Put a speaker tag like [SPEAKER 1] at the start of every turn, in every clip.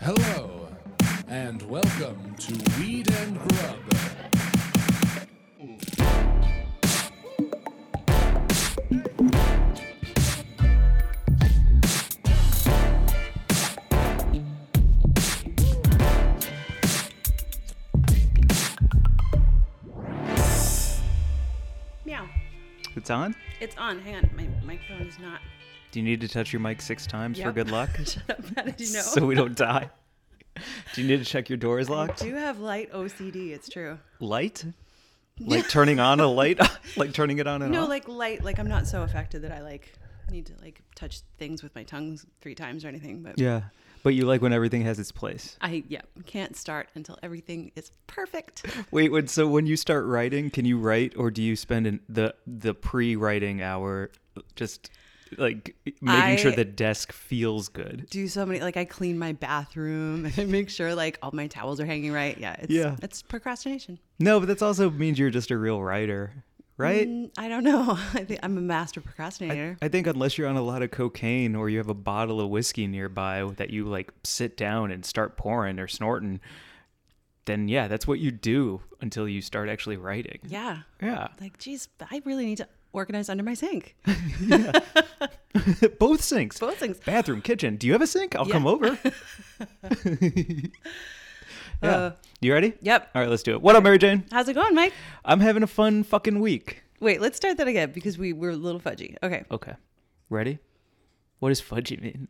[SPEAKER 1] Hello, and welcome to Weed and Grub.
[SPEAKER 2] Meow.
[SPEAKER 3] It's on?
[SPEAKER 2] It's on. Hang on. My microphone is not.
[SPEAKER 3] Do you need to touch your mic six times for
[SPEAKER 2] Yep.
[SPEAKER 3] good luck?
[SPEAKER 2] Shut up. How did you know?
[SPEAKER 3] So we don't die. Do you need to check your door is
[SPEAKER 2] I
[SPEAKER 3] locked?
[SPEAKER 2] do have light OCD. It's true.
[SPEAKER 3] Light? Like turning on a light? like turning it on and
[SPEAKER 2] No,
[SPEAKER 3] off?
[SPEAKER 2] like light. Like I'm not so affected that I like need to like touch things with my tongue three times or anything. But
[SPEAKER 3] yeah. But you like when everything has its place.
[SPEAKER 2] I yeah can't start until everything is perfect.
[SPEAKER 3] Wait, wait, so when you start writing, can you write or do you spend in the the pre-writing hour just like making sure
[SPEAKER 2] I-
[SPEAKER 3] the desk feels good?
[SPEAKER 2] Do so many like I clean my bathroom and I make sure like all my towels are hanging right. Yeah. It's,
[SPEAKER 3] Yeah.
[SPEAKER 2] It's procrastination.
[SPEAKER 3] No, but that's also means you're just a real writer, right?
[SPEAKER 2] Mm, I don't know. I think I'm a master procrastinator.
[SPEAKER 3] I think unless you're on a lot of cocaine or you have a bottle of whiskey nearby that you like sit down and start pouring or snorting, then yeah, that's what you do until you start actually writing.
[SPEAKER 2] yeah.
[SPEAKER 3] Yeah.
[SPEAKER 2] Like, geez, I really need to organize under my sink.
[SPEAKER 3] Both sinks.
[SPEAKER 2] Both things.
[SPEAKER 3] Bathroom, kitchen. Do you have a sink? I'll come
[SPEAKER 2] Yeah.
[SPEAKER 3] over. yeah.
[SPEAKER 2] Uh,
[SPEAKER 3] you ready?
[SPEAKER 2] Yep.
[SPEAKER 3] All right, let's do it. What up, Mary Jane?
[SPEAKER 2] How's it going, Mike?
[SPEAKER 3] I'm having a fun fucking week.
[SPEAKER 2] Wait, let's start that again because we were a little fudgy. Okay.
[SPEAKER 3] Okay. Ready? What does fudgy mean?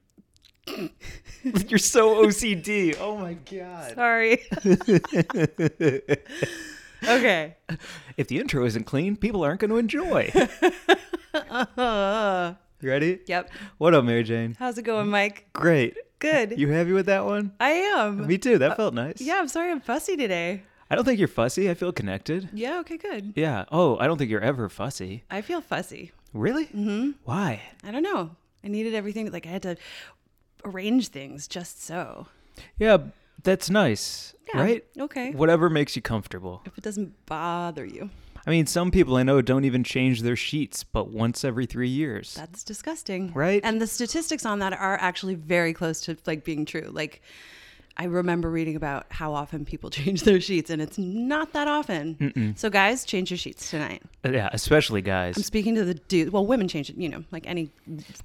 [SPEAKER 3] You're so OCD. Oh my God.
[SPEAKER 2] Sorry. okay.
[SPEAKER 3] If the intro isn't clean, people aren't going to enjoy.
[SPEAKER 2] Uh,
[SPEAKER 3] You ready?
[SPEAKER 2] yep.
[SPEAKER 3] What up, Mary Jane?
[SPEAKER 2] How's it going, Mike?
[SPEAKER 3] Great.
[SPEAKER 2] Good.
[SPEAKER 3] You happy with that one?
[SPEAKER 2] I am.
[SPEAKER 3] Me too. That felt nice.
[SPEAKER 2] Uh, yeah, I'm sorry I'm fussy today.
[SPEAKER 3] I don't think you're fussy. I feel connected.
[SPEAKER 2] Yeah, okay, good.
[SPEAKER 3] Yeah. Oh, I don't think you're ever fussy.
[SPEAKER 2] I feel fussy.
[SPEAKER 3] Really? Mm-hmm. Why?
[SPEAKER 2] I don't know. I needed everything. Like, I had to arrange things just so.
[SPEAKER 3] Yeah, that's nice,
[SPEAKER 2] Yeah,
[SPEAKER 3] right?
[SPEAKER 2] okay.
[SPEAKER 3] Whatever makes you comfortable.
[SPEAKER 2] If it doesn't bother you,
[SPEAKER 3] I mean, some people I know don't even change their sheets, but once every three years.
[SPEAKER 2] that's disgusting.
[SPEAKER 3] Right?
[SPEAKER 2] And the statistics on that are actually very close to like being true. Like, I remember reading about how often people change their sheets, and it's not that often. So, guys, change your sheets tonight.
[SPEAKER 3] yeah, especially guys.
[SPEAKER 2] I'm speaking to the dude. Well, women change it. You know, like any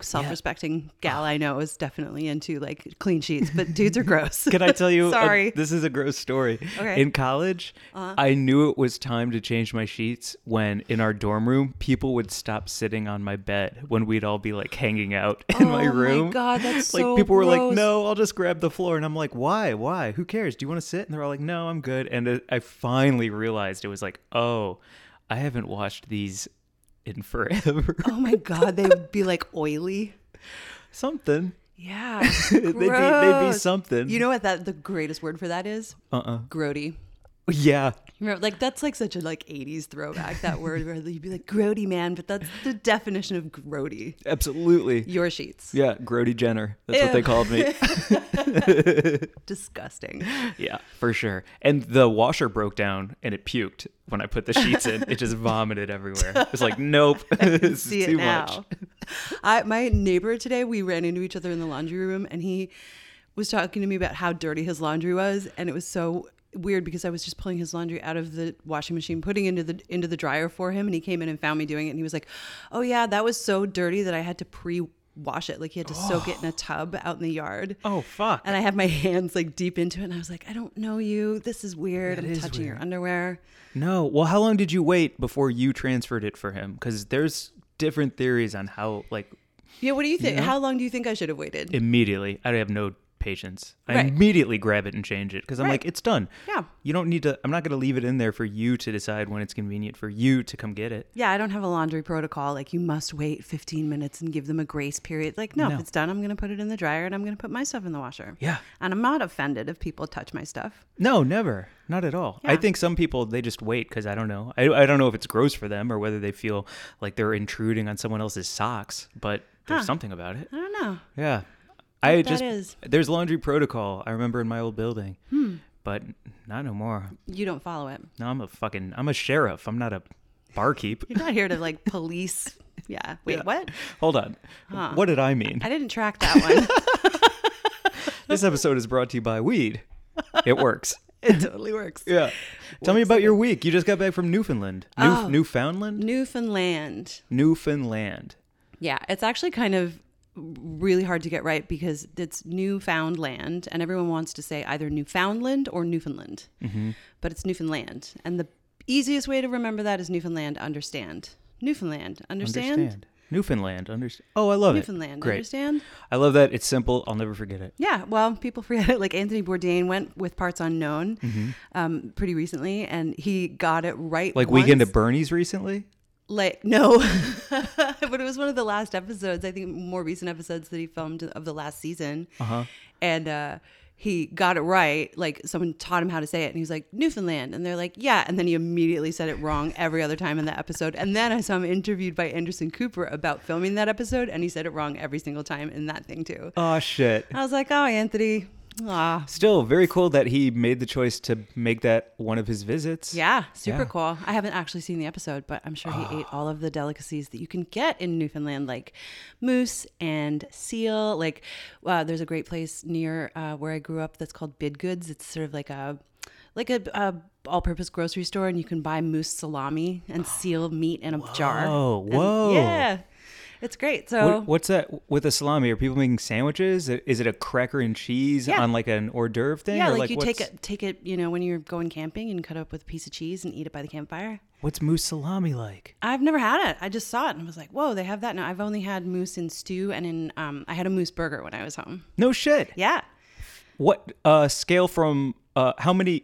[SPEAKER 2] self-respecting gal I know is definitely into like clean sheets, but dudes are gross.
[SPEAKER 3] Can I tell you? a-
[SPEAKER 2] Sorry.
[SPEAKER 3] this is a gross story.
[SPEAKER 2] Okay. Uh-huh.
[SPEAKER 3] In college, I knew it was time to change my sheets when in our dorm room, people would stop sitting on my bed when we'd all be like hanging out in my
[SPEAKER 2] Oh my
[SPEAKER 3] room.
[SPEAKER 2] God, that's
[SPEAKER 3] like
[SPEAKER 2] so
[SPEAKER 3] people were like,
[SPEAKER 2] gross.
[SPEAKER 3] "No, I'll just grab the floor," and I'm like, "Why? Why? Who cares? Do you want to sit?" And they're all like, "No, I'm good." And it, I finally realized it was like, "Oh, I haven't washed these." In forever,
[SPEAKER 2] oh my god, they would be like oily.
[SPEAKER 3] something.
[SPEAKER 2] Yeah,
[SPEAKER 3] they'd, be, they'd be
[SPEAKER 2] gross.
[SPEAKER 3] something.
[SPEAKER 2] You know what? That the greatest word for that is
[SPEAKER 3] uh, uh
[SPEAKER 2] grody.
[SPEAKER 3] yeah,
[SPEAKER 2] Remember, like that's like such a like '80s throwback. That word where you'd be like grody man, but that's the definition of grody.
[SPEAKER 3] absolutely.
[SPEAKER 2] Your sheets,
[SPEAKER 3] Yeah, Grody Jenner. That's what they
[SPEAKER 2] Ew.
[SPEAKER 3] called me.
[SPEAKER 2] disgusting.
[SPEAKER 3] yeah, for sure. And the washer broke down and it puked when I put the sheets in. It just vomited everywhere. It's like, nope, this
[SPEAKER 2] see
[SPEAKER 3] is
[SPEAKER 2] it
[SPEAKER 3] too
[SPEAKER 2] now.
[SPEAKER 3] much.
[SPEAKER 2] I my neighbor today, we ran into each other in the laundry room and he was talking to me about how dirty his laundry was and it was so weird because I was just pulling his laundry out of the washing machine, putting into the into the dryer for him and he came in and found me doing it and he was like, "Oh yeah, that was so dirty that I had to pre wash it. Like he had to soak it in a tub out in the yard."
[SPEAKER 3] Oh, fuck.
[SPEAKER 2] And I had my hands like deep into it and I was like, "I don't know you. This is weird. I'm
[SPEAKER 3] is
[SPEAKER 2] touching your
[SPEAKER 3] weird.
[SPEAKER 2] underwear."
[SPEAKER 3] No. Well, how long did you wait before you transferred it for him? Because there's different theories on how, like,
[SPEAKER 2] Yeah, what do you think? How long do you think I should have waited?
[SPEAKER 3] immediately, I have no patience. I
[SPEAKER 2] Right.
[SPEAKER 3] immediately grab it and change it because I'm
[SPEAKER 2] Right.
[SPEAKER 3] like, it's done.
[SPEAKER 2] Yeah.
[SPEAKER 3] You don't need to, I'm not going to leave it in there for you to decide when it's convenient for you to come get it.
[SPEAKER 2] Yeah, I don't have a laundry protocol. Like, you must wait 15 minutes and give them a grace period. Like, no,
[SPEAKER 3] No.
[SPEAKER 2] if it's done, I'm going to put it in the dryer and I'm going to put my stuff in the washer.
[SPEAKER 3] Yeah.
[SPEAKER 2] And I'm not offended if people touch my stuff.
[SPEAKER 3] No, never. Not at all. I
[SPEAKER 2] Yeah.
[SPEAKER 3] think some people they just wait because I don't know. I, I don't know if it's gross for them or whether they feel like they're intruding on someone else's socks, but there's something about it.
[SPEAKER 2] I don't know.
[SPEAKER 3] Yeah. I
[SPEAKER 2] that
[SPEAKER 3] just
[SPEAKER 2] is. Hmm.
[SPEAKER 3] there's laundry protocol. I remember in my old building. But not no more.
[SPEAKER 2] You don't follow it.
[SPEAKER 3] No, I'm a fucking I'm a sheriff. I'm not a barkeep.
[SPEAKER 2] You're not here to like police. Yeah. Wait, what?
[SPEAKER 3] Hold on. What did I mean?
[SPEAKER 2] I didn't track that one.
[SPEAKER 3] This episode is brought to you by weed. It works.
[SPEAKER 2] It totally works.
[SPEAKER 3] Yeah. Tell me about your week. You just got back from Newfoundland. New-
[SPEAKER 2] Oh.
[SPEAKER 3] Newfoundland?
[SPEAKER 2] Newfoundland.
[SPEAKER 3] Newfoundland.
[SPEAKER 2] Yeah, it's actually kind of really hard to get right because it's Newfoundland, and everyone wants to say either Newfoundland or Newfoundland,
[SPEAKER 3] Mm-hmm.
[SPEAKER 2] but it's Newfoundland. And the easiest way to remember that is Newfoundland. Understand? Newfoundland. Understand?
[SPEAKER 3] Newfoundland. Understand. Oh, I love it.
[SPEAKER 2] Newfoundland.
[SPEAKER 3] Great.
[SPEAKER 2] Understand?
[SPEAKER 3] I love that. It's simple. I'll never forget it.
[SPEAKER 2] Yeah, well, people forget it. Like Anthony Bourdain went with Parts Unknown um, pretty recently, and he got it right.
[SPEAKER 3] Mm-hmm. Like
[SPEAKER 2] once.
[SPEAKER 3] Weekend at Bernie's recently?
[SPEAKER 2] like no but it was one of the last episodes i think more recent episodes that he filmed of the last season and uh he got it right like someone taught him how to say it and he was like newfoundland and they're like yeah and then he immediately said it wrong every other time in the episode and then i saw him interviewed by anderson cooper about filming that episode and he said it wrong every single time in that thing too
[SPEAKER 3] Oh, shit.
[SPEAKER 2] i was like oh anthony ah
[SPEAKER 3] Still very cool that he made the choice to make that one of his visits.
[SPEAKER 2] yeah super
[SPEAKER 3] Yeah. Ah.
[SPEAKER 2] cool i haven't actually seen the episode but i'm sure he ate all of the delicacies that you can get in newfoundland like moose and seal like uh, there's a great place near uh, where i grew up that's called bid goods it's sort of like a like a, a all-purpose grocery store and you can buy moose salami and seal meat in a jar
[SPEAKER 3] Whoa,
[SPEAKER 2] And-
[SPEAKER 3] Oh, whoa.
[SPEAKER 2] yeah it's great so
[SPEAKER 3] What, what's that with a salami? Are people making sandwiches? Is it a cracker and cheese
[SPEAKER 2] Yeah.
[SPEAKER 3] on like an hors d'oeuvre thing?
[SPEAKER 2] yeah
[SPEAKER 3] Or,
[SPEAKER 2] like, you take
[SPEAKER 3] what's-
[SPEAKER 2] it take it you know when you're going camping and cut it up with a piece of cheese and eat it by the campfire
[SPEAKER 3] What's moose salami like?
[SPEAKER 2] I've never had it. I just saw it and was like, "Whoa, they have that now." I've only had moose in stew and in um, I had a moose burger when I was home.
[SPEAKER 3] No shit.
[SPEAKER 2] Yeah,
[SPEAKER 3] What uh, scale from uh, how many?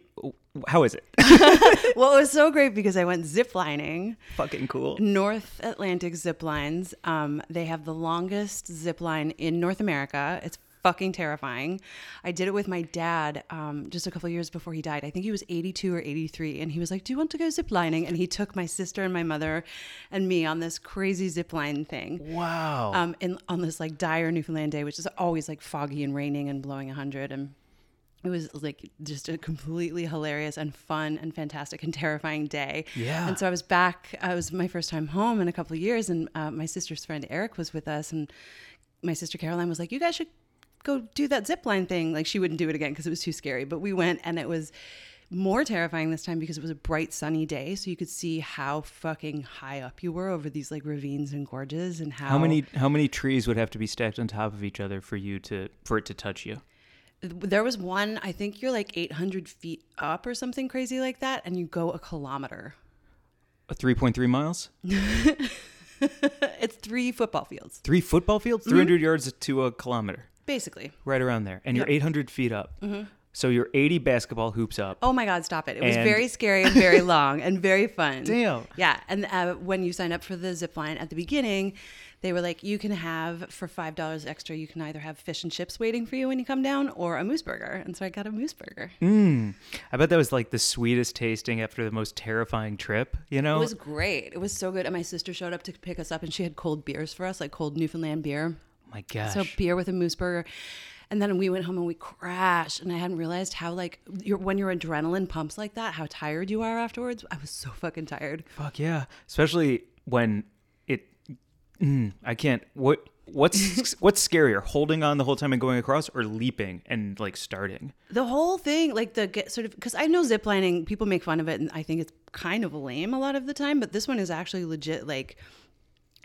[SPEAKER 3] How is it?
[SPEAKER 2] well, it was so great because I went zip lining
[SPEAKER 3] Fucking cool.
[SPEAKER 2] North Atlantic zip lines. Um, they have the longest zip line in North America. It's fucking terrifying. I did it with my dad um, just a couple years before he died. I think he was 82 or 83, and he was like, "Do you want to go zip lining?" And he took my sister and my mother and me on this crazy zip line thing.
[SPEAKER 3] Wow.
[SPEAKER 2] um, in, on this like dire Newfoundland day, which is always like foggy and raining and blowing 100. And it was like just a completely hilarious and fun and fantastic and terrifying day.
[SPEAKER 3] Yeah.
[SPEAKER 2] And so I was back, I was my first time home in a couple of years, and uh, my sister's friend Eric was with us. And my sister Caroline was like, You guys should go do that zip line thing. Like she wouldn't do it again because it was too scary, but we went and it was. More terrifying this time because it was a bright sunny day, so you could see how fucking high up you were over these like ravines and gorges, and how
[SPEAKER 3] how many how many trees would have to be stacked on top of each other for you to for it to touch you?
[SPEAKER 2] There was one, I think you're like 800 feet up or something crazy like that, and you go a kilometer.
[SPEAKER 3] Three point three miles.
[SPEAKER 2] Mm-hmm. It's three football fields,
[SPEAKER 3] Three football
[SPEAKER 2] Mm-hmm.
[SPEAKER 3] fields. Three yards to a kilometer.
[SPEAKER 2] basically.
[SPEAKER 3] Right around there, and you're eight hundred feet up. So you're eighty basketball hoops up.
[SPEAKER 2] Mm-hmm. Oh my God, stop it. It was
[SPEAKER 3] And-
[SPEAKER 2] very scary and very long and very fun.
[SPEAKER 3] Damn.
[SPEAKER 2] Yeah. And uh, when you sign up for the zip line at the beginning, they were like, you can have for $5 extra, you can either have fish and chips waiting for you when you come down or a moose burger. And so I got a moose burger.
[SPEAKER 3] Mm. I bet that was like the sweetest tasting after the most terrifying trip. You know,
[SPEAKER 2] It was great. It was so good. And my sister showed up to pick us up and she had cold beers for us, like cold Newfoundland beer.
[SPEAKER 3] my gosh.
[SPEAKER 2] So beer with a moose burger. And then we went home and we crashed. And I hadn't realized how like your when your adrenaline pumps like that, how tired you are afterwards. I was so fucking tired.
[SPEAKER 3] Fuck yeah, especially when it. Mm, I can't. What what's what's scarier, holding on the whole time and going across, or leaping and like starting?
[SPEAKER 2] The whole thing, like the get sort of, because I know ziplining, people make fun of it, and I think it's kind of lame a lot of the time. But this one is actually legit. Like,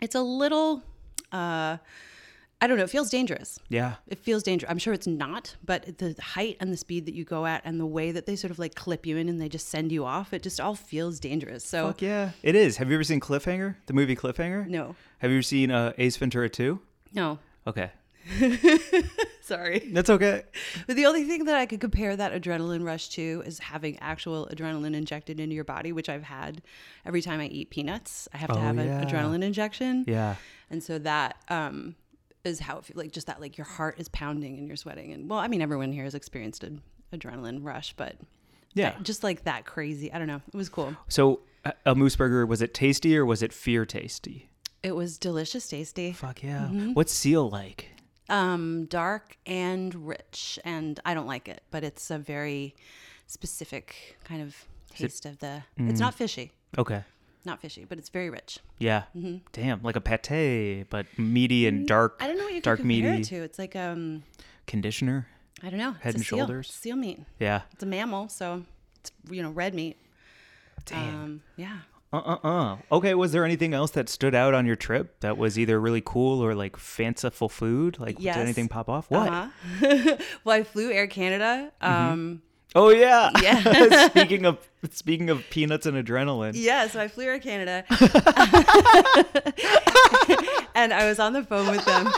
[SPEAKER 2] it's a little, uh, I don't know. It feels dangerous.
[SPEAKER 3] Yeah.
[SPEAKER 2] It feels dangerous. I'm sure it's not, but the height and the speed that you go at, and the way that they sort of like clip you in and they just send you off, it just all feels dangerous. So
[SPEAKER 3] Fuck yeah, it is. Have you ever seen Cliffhanger, the movie Cliffhanger?
[SPEAKER 2] No.
[SPEAKER 3] Have you ever seen uh, Ace Ventura Two?
[SPEAKER 2] No,
[SPEAKER 3] Okay,
[SPEAKER 2] sorry.
[SPEAKER 3] that's okay.
[SPEAKER 2] But the only thing that I could compare that adrenaline rush to is having actual adrenaline injected into your body, which I've had every time I eat peanuts. I have to
[SPEAKER 3] Oh,
[SPEAKER 2] have
[SPEAKER 3] yeah.
[SPEAKER 2] an adrenaline injection.
[SPEAKER 3] Yeah.
[SPEAKER 2] And so that um, is how it feels like just that, like your heart is pounding and you're sweating. And well, I mean, everyone here has experienced an adrenaline rush, but
[SPEAKER 3] Yeah.
[SPEAKER 2] that- just like that crazy. I don't know. It was cool.
[SPEAKER 3] So a- a moose burger was it tasty or was it fear tasty?
[SPEAKER 2] It was delicious, tasty,
[SPEAKER 3] Fuck yeah.
[SPEAKER 2] Mm-hmm.
[SPEAKER 3] What's seal like?
[SPEAKER 2] um, dark and rich. And I don't like it, but it's a very specific kind of taste of the.
[SPEAKER 3] Mm.
[SPEAKER 2] It's not fishy.
[SPEAKER 3] Okay.
[SPEAKER 2] not fishy, but it's very rich.
[SPEAKER 3] Yeah. Damn, like a pate, but meaty and dark.
[SPEAKER 2] Mm-hmm. Mm, I don't know what you can
[SPEAKER 3] dark
[SPEAKER 2] compare
[SPEAKER 3] meaty
[SPEAKER 2] it to. It's like um,
[SPEAKER 3] conditioner.
[SPEAKER 2] I don't know.
[SPEAKER 3] Head
[SPEAKER 2] it's a
[SPEAKER 3] and
[SPEAKER 2] seal.
[SPEAKER 3] shoulders?
[SPEAKER 2] Seal meat.
[SPEAKER 3] Yeah.
[SPEAKER 2] It's a mammal, so it's you know red meat.
[SPEAKER 3] Damn.
[SPEAKER 2] Um, yeah.
[SPEAKER 3] Uh uh uh. Okay, was there anything else that stood out on your trip that was either really cool or like fanciful food? Like,
[SPEAKER 2] Yes.
[SPEAKER 3] did anything pop off? What?
[SPEAKER 2] Uh-huh. well, I flew Air Canada. Um,
[SPEAKER 3] Oh yeah.
[SPEAKER 2] Yeah.
[SPEAKER 3] speaking of speaking of peanuts and adrenaline.
[SPEAKER 2] yeah, so I flew Air Canada, and I was on the phone with them.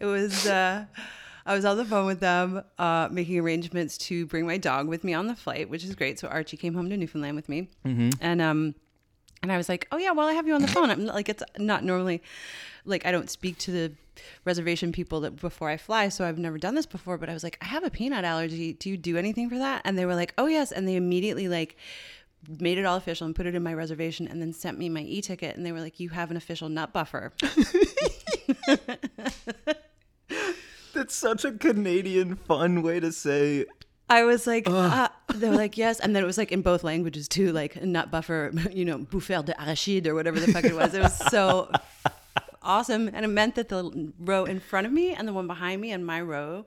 [SPEAKER 2] it was. Uh, I was on the phone with them, uh, making arrangements to bring my dog with me on the flight, which is great. So Archie came home to Newfoundland with me, and um, And I was like, oh yeah, well I have you on the phone. I'm like, it's not normally, like I don't speak to the reservation people that before I fly, so I've never done this before. But I was like, I have a peanut allergy. Do you do anything for that? And they were like, oh yes. And they immediately like made it all official and put it in my reservation and then sent me my e-ticket and they were like, you have an official nut buffer.
[SPEAKER 3] That's such a Canadian fun way to say
[SPEAKER 2] I was like, uh, they were like, yes. And then it was like in both languages too, like nut buffer, you know, bouffer de arachide or whatever the fuck it was. It was so awesome. And it meant that the row in front of me and the one behind me and my row,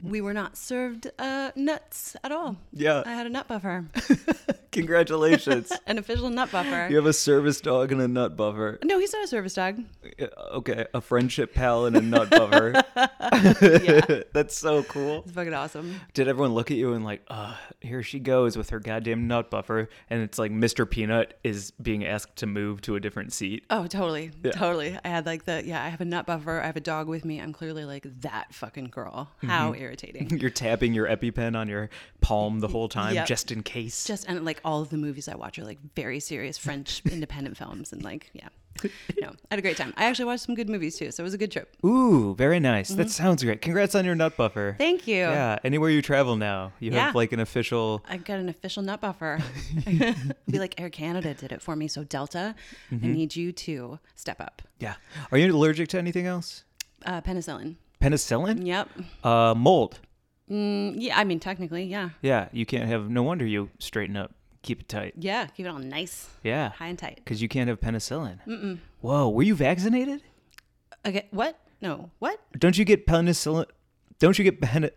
[SPEAKER 2] we were not served uh, nuts at all.
[SPEAKER 3] Yeah.
[SPEAKER 2] I had a nut buffer,
[SPEAKER 3] congratulations.
[SPEAKER 2] an official nut buffer.
[SPEAKER 3] have a service dog and a nut buffer.
[SPEAKER 2] No, he's not a service dog.
[SPEAKER 3] Okay, a friendship pal and a nut buffer. That's so cool.
[SPEAKER 2] It's fucking awesome.
[SPEAKER 3] Did everyone look at you and like, uh, here she goes with her goddamn nut buffer and it's like Mr. Peanut is being asked to move to a different seat.
[SPEAKER 2] Oh, totally. Totally. I had like the, yeah, I have a nut buffer. I have a dog with me. I'm clearly like that fucking girl. How irritating.
[SPEAKER 3] You're tapping your EpiPen on your palm the whole time
[SPEAKER 2] Yep.
[SPEAKER 3] just in case.
[SPEAKER 2] just and like all of the movies I watch are like very serious French independent films and like yeah. No, I had a great time. I actually watched some good movies too, so it was a good trip.
[SPEAKER 3] Ooh, very nice. That sounds great. Congrats on your nut buffer.
[SPEAKER 2] Mm-hmm. Thank you.
[SPEAKER 3] Yeah, anywhere you travel now, you
[SPEAKER 2] Yeah.
[SPEAKER 3] have like an official.
[SPEAKER 2] I got an official nut buffer. It'd be like Air Canada did it for me, so Delta,
[SPEAKER 3] Mm-hmm.
[SPEAKER 2] I need you to step up.
[SPEAKER 3] Yeah. Are you allergic to anything else?
[SPEAKER 2] Uh, penicillin.
[SPEAKER 3] Penicillin?
[SPEAKER 2] Yep.
[SPEAKER 3] Uh, mold.
[SPEAKER 2] Mm, Yeah, I mean technically, yeah,
[SPEAKER 3] Yeah, you can't have. No wonder you straighten up, keep it tight.
[SPEAKER 2] yeah. Keep it all nice,
[SPEAKER 3] Yeah,
[SPEAKER 2] high and tight.
[SPEAKER 3] because you can't have penicillin. Whoa, were you vaccinated?
[SPEAKER 2] Okay, what? No, what?
[SPEAKER 3] Don't you get penicillin? Don't you get pen?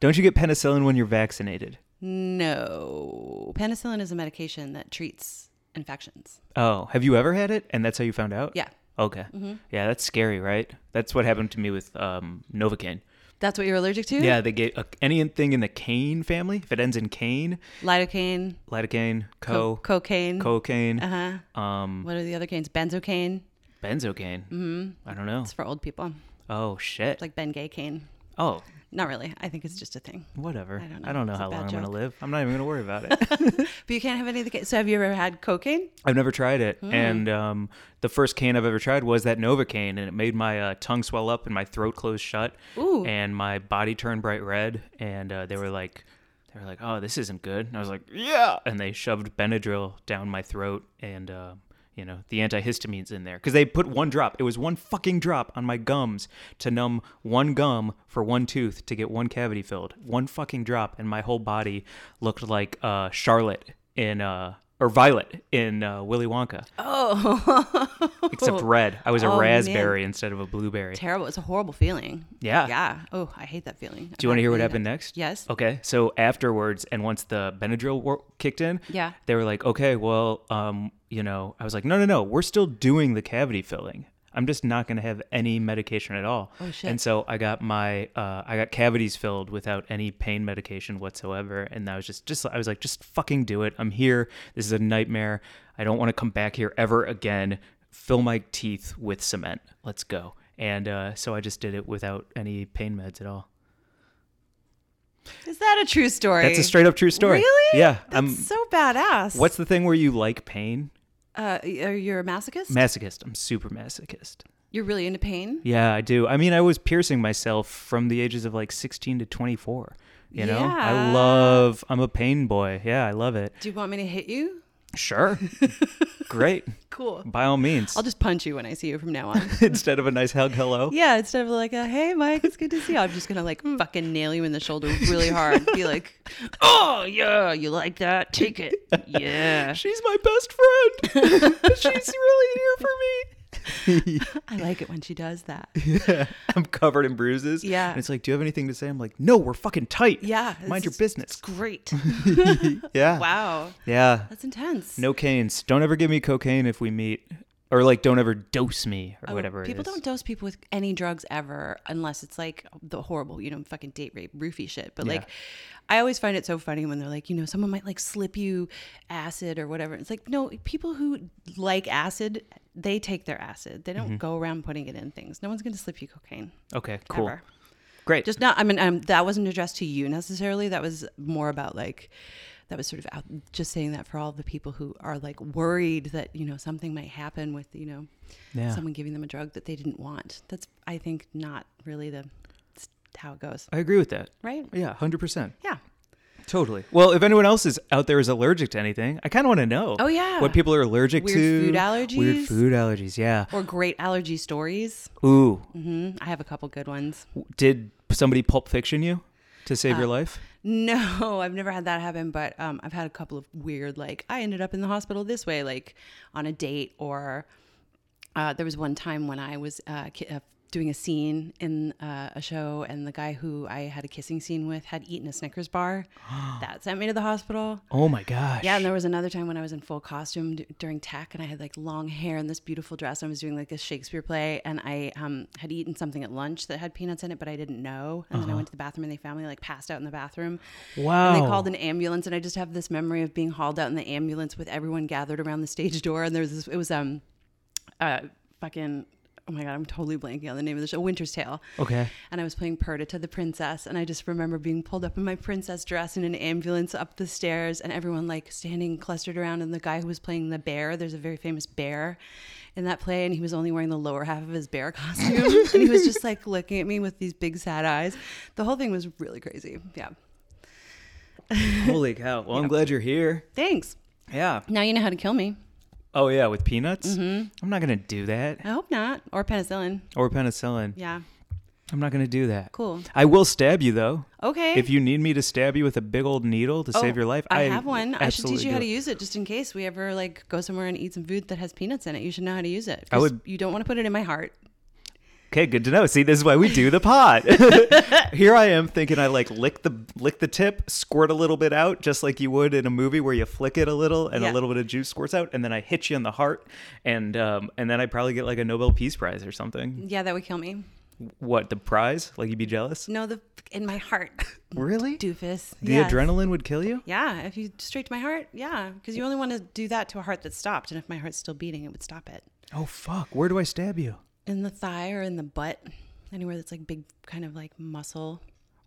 [SPEAKER 3] Don't you get penicillin when you're vaccinated?
[SPEAKER 2] No. Penicillin is a medication that treats infections.
[SPEAKER 3] Oh, have you ever had it? And that's how you found out?
[SPEAKER 2] Yeah,
[SPEAKER 3] Okay.
[SPEAKER 2] Mm-hmm.
[SPEAKER 3] Yeah, that's scary, right? That's what happened to me with um, Novocaine.
[SPEAKER 2] that's what you're allergic to.
[SPEAKER 3] Yeah, they get uh, anything in the cane family. If it ends in cane,
[SPEAKER 2] lidocaine,
[SPEAKER 3] lidocaine,
[SPEAKER 2] co-
[SPEAKER 3] co,
[SPEAKER 2] cocaine.
[SPEAKER 3] cocaine,
[SPEAKER 2] uh-huh.
[SPEAKER 3] um,
[SPEAKER 2] What are the other canes? Benzocaine.
[SPEAKER 3] benzocaine. Mm-hmm. I don't know.
[SPEAKER 2] It's for old people.
[SPEAKER 3] Oh shit.
[SPEAKER 2] It's like Ben Gay cane.
[SPEAKER 3] oh,
[SPEAKER 2] Not really. I think it's just a thing.
[SPEAKER 3] whatever.
[SPEAKER 2] I don't know.
[SPEAKER 3] I don't know
[SPEAKER 2] It's a
[SPEAKER 3] how long
[SPEAKER 2] bad
[SPEAKER 3] I'm gonna
[SPEAKER 2] joke.
[SPEAKER 3] live. I'm not even gonna worry about it.
[SPEAKER 2] But you can't have any of the cane. So have you ever had cocaine?
[SPEAKER 3] I've never tried it, and um, the first cane I've ever tried was that Novocaine, and it made my uh, tongue swell up and my throat close shut,
[SPEAKER 2] Ooh.
[SPEAKER 3] and my body turn bright red. And uh, they were like, they were like, oh, this isn't good. And I was like, yeah. And they shoved Benadryl down my throat, and uh, you know the antihistamine's in there because they put one drop. It was one fucking drop on my gums to numb one gum for one tooth to get one cavity filled. One fucking drop, and my whole body looked like uh, Charlotte in uh or Violet in uh, Willy Wonka,
[SPEAKER 2] Oh.
[SPEAKER 3] except red. I was a
[SPEAKER 2] Oh, man.
[SPEAKER 3] raspberry instead of a blueberry.
[SPEAKER 2] Terrible. It's a horrible feeling.
[SPEAKER 3] Yeah.
[SPEAKER 2] Yeah. Oh, I hate that feeling.
[SPEAKER 3] Do you want to hear what happened next? Oh.
[SPEAKER 2] Yes.
[SPEAKER 3] Okay. So afterwards, and once the Benadryl wor- kicked in,
[SPEAKER 2] Yeah.
[SPEAKER 3] they were like, okay, well, um, you know, I was like, no, no, no, we're still doing the cavity filling. I'm just not going to have any medication at all.
[SPEAKER 2] Oh, shit.
[SPEAKER 3] And so I got my, uh, I got cavities filled without any pain medication whatsoever. And I was just, just, I was like, just fucking do it. I'm here. This is a nightmare. I don't want to come back here ever again. Fill my teeth with cement. Let's go. And uh, so I just did it without any pain meds at all.
[SPEAKER 2] Is that a true story?
[SPEAKER 3] That's a straight up true story.
[SPEAKER 2] Really?
[SPEAKER 3] Yeah.
[SPEAKER 2] That's
[SPEAKER 3] I'm,
[SPEAKER 2] so badass.
[SPEAKER 3] what's the thing where you like pain?
[SPEAKER 2] Uh, are you a masochist?
[SPEAKER 3] Masochist. I'm super masochist.
[SPEAKER 2] You're really into pain.
[SPEAKER 3] Yeah, I do. I mean, I was piercing myself from the ages of like 16 to 24. You know, I
[SPEAKER 2] Yeah.
[SPEAKER 3] love, I'm a pain boy. Yeah, I love it.
[SPEAKER 2] Do you want me to hit you?
[SPEAKER 3] Sure. Great.
[SPEAKER 2] Cool.
[SPEAKER 3] By all means.
[SPEAKER 2] I'll just punch you when I see you from now on.
[SPEAKER 3] Instead of a nice hug, hello.
[SPEAKER 2] Yeah, instead of like a hey Mike, it's good to see you. I'm just gonna like fucking nail you in the shoulder really hard. Be like, Oh yeah, you like that? Take it. Yeah.
[SPEAKER 3] She's my best friend. She's really here for me.
[SPEAKER 2] I like it when she does that.
[SPEAKER 3] I'm covered in bruises.
[SPEAKER 2] Yeah.
[SPEAKER 3] And it's like, do you have anything to say? I'm like, no, we're fucking tight.
[SPEAKER 2] Yeah.
[SPEAKER 3] Mind your
[SPEAKER 2] it's- It's
[SPEAKER 3] business.
[SPEAKER 2] great.
[SPEAKER 3] Yeah.
[SPEAKER 2] wow.
[SPEAKER 3] Yeah.
[SPEAKER 2] That's intense.
[SPEAKER 3] No canes. Don't ever give me cocaine if we meet. Or like, don't ever dose me or
[SPEAKER 2] Oh,
[SPEAKER 3] whatever.
[SPEAKER 2] People
[SPEAKER 3] it is.
[SPEAKER 2] don't dose people with any drugs ever, unless it's like the horrible, you know, fucking date rape, roofie shit. But like, I always find it so funny when they're like, you know, someone might like slip you acid or whatever. It's like, no, people who like acid, they take their acid. They don't
[SPEAKER 3] Mm-hmm.
[SPEAKER 2] go around putting it in things. No one's going to slip you cocaine.
[SPEAKER 3] Okay, cool.
[SPEAKER 2] Ever.
[SPEAKER 3] Great.
[SPEAKER 2] Just not. I mean, um, that wasn't addressed to you necessarily. That was more about like, that was sort of out, just saying that for all the people who are like worried that you know something might happen with you know
[SPEAKER 3] yeah.
[SPEAKER 2] someone giving them a drug that they didn't want. That's I think not really the it's how it goes,
[SPEAKER 3] I agree with that.
[SPEAKER 2] right?
[SPEAKER 3] Yeah, 100%.
[SPEAKER 2] Yeah.
[SPEAKER 3] Totally. Well, if anyone else is out there is allergic to anything, I kind of want to know.
[SPEAKER 2] Oh, yeah.
[SPEAKER 3] What people are allergic
[SPEAKER 2] Weird
[SPEAKER 3] to.
[SPEAKER 2] food
[SPEAKER 3] Weird
[SPEAKER 2] allergies.
[SPEAKER 3] food allergies, yeah.
[SPEAKER 2] Or great allergy stories.
[SPEAKER 3] Ooh.
[SPEAKER 2] hmm I have a couple good ones.
[SPEAKER 3] Did somebody pulp fiction you to save
[SPEAKER 2] Uh,
[SPEAKER 3] your life?
[SPEAKER 2] No, I've never had that happen, but um, I've had a couple of weird, like I ended up in the hospital this way, like on a date, or uh, there was one time when I was uh, ki- uh, doing a scene in uh, a show, and the guy who I had a kissing scene with had eaten a Snickers bar. that sent me to the hospital.
[SPEAKER 3] Oh my gosh.
[SPEAKER 2] Yeah, and there was another time when I was in full costume d- during tech, and I had like long hair and this beautiful dress. And I was doing like a Shakespeare play, and I um, had eaten something at lunch that had peanuts in it, but I didn't know. And then I went to the bathroom, and they found me like passed out in the bathroom.
[SPEAKER 3] Wow.
[SPEAKER 2] And they
[SPEAKER 3] Oh.
[SPEAKER 2] called an ambulance, and I just have this memory of being hauled out in the ambulance with everyone gathered around the stage door. And there was this, it was um, uh, fucking. Oh my god, I'm totally blanking on the name of the show. Winter's Tale
[SPEAKER 3] Okay.
[SPEAKER 2] and I was playing Perdita the princess, and I just remember being pulled up in my princess dress in an ambulance up the stairs, and everyone like standing clustered around, and the guy who was playing the bear, there's a very famous bear in that play, and he was only wearing the lower half of his bear costume, and he was just like looking at me with these big sad eyes. The whole thing was really crazy. Yeah,
[SPEAKER 3] Holy cow. Well, I'm glad you're here.
[SPEAKER 2] thanks.
[SPEAKER 3] Yeah.
[SPEAKER 2] Now you know how to kill me.
[SPEAKER 3] Oh, yeah, with peanuts? Mm-hmm. I'm not going to do that.
[SPEAKER 2] I hope not, or penicillin.
[SPEAKER 3] Or penicillin.
[SPEAKER 2] Yeah,
[SPEAKER 3] I'm not going to do that.
[SPEAKER 2] cool.
[SPEAKER 3] I will stab you, though.
[SPEAKER 2] Okay.
[SPEAKER 3] If you need me to stab you with a big old needle to
[SPEAKER 2] Oh,
[SPEAKER 3] save your life,
[SPEAKER 2] I, have one. I should teach
[SPEAKER 3] absolutely
[SPEAKER 2] you
[SPEAKER 3] do
[SPEAKER 2] how to
[SPEAKER 3] it.
[SPEAKER 2] use it just in case we ever like go somewhere and eat some food that has peanuts in it. You should know how to use it.
[SPEAKER 3] I would-
[SPEAKER 2] 'Cause You don't want to put it in my heart.
[SPEAKER 3] Okay, good to know. See, this is why we do the pod. Here I am thinking I like lick the lick the tip, squirt a little bit out, just like you would in a movie where you flick it a little and
[SPEAKER 2] Yeah.
[SPEAKER 3] a little bit of juice squirts out, and then I hit you in the heart, and um, and then I probably get like a Nobel Peace Prize or something.
[SPEAKER 2] Yeah, that would kill me.
[SPEAKER 3] What the prize? Like you'd be jealous?
[SPEAKER 2] No, the in my heart,
[SPEAKER 3] Really?
[SPEAKER 2] doofus.
[SPEAKER 3] the
[SPEAKER 2] Yes.
[SPEAKER 3] adrenaline would kill you.
[SPEAKER 2] Yeah, if you straight to my heart, yeah, because you only want to do that to a heart that's stopped, and if my heart's still beating, it would stop it
[SPEAKER 3] Oh fuck! Where do I stab you?
[SPEAKER 2] in the thigh or in the butt, anywhere that's like big, kind of like muscle,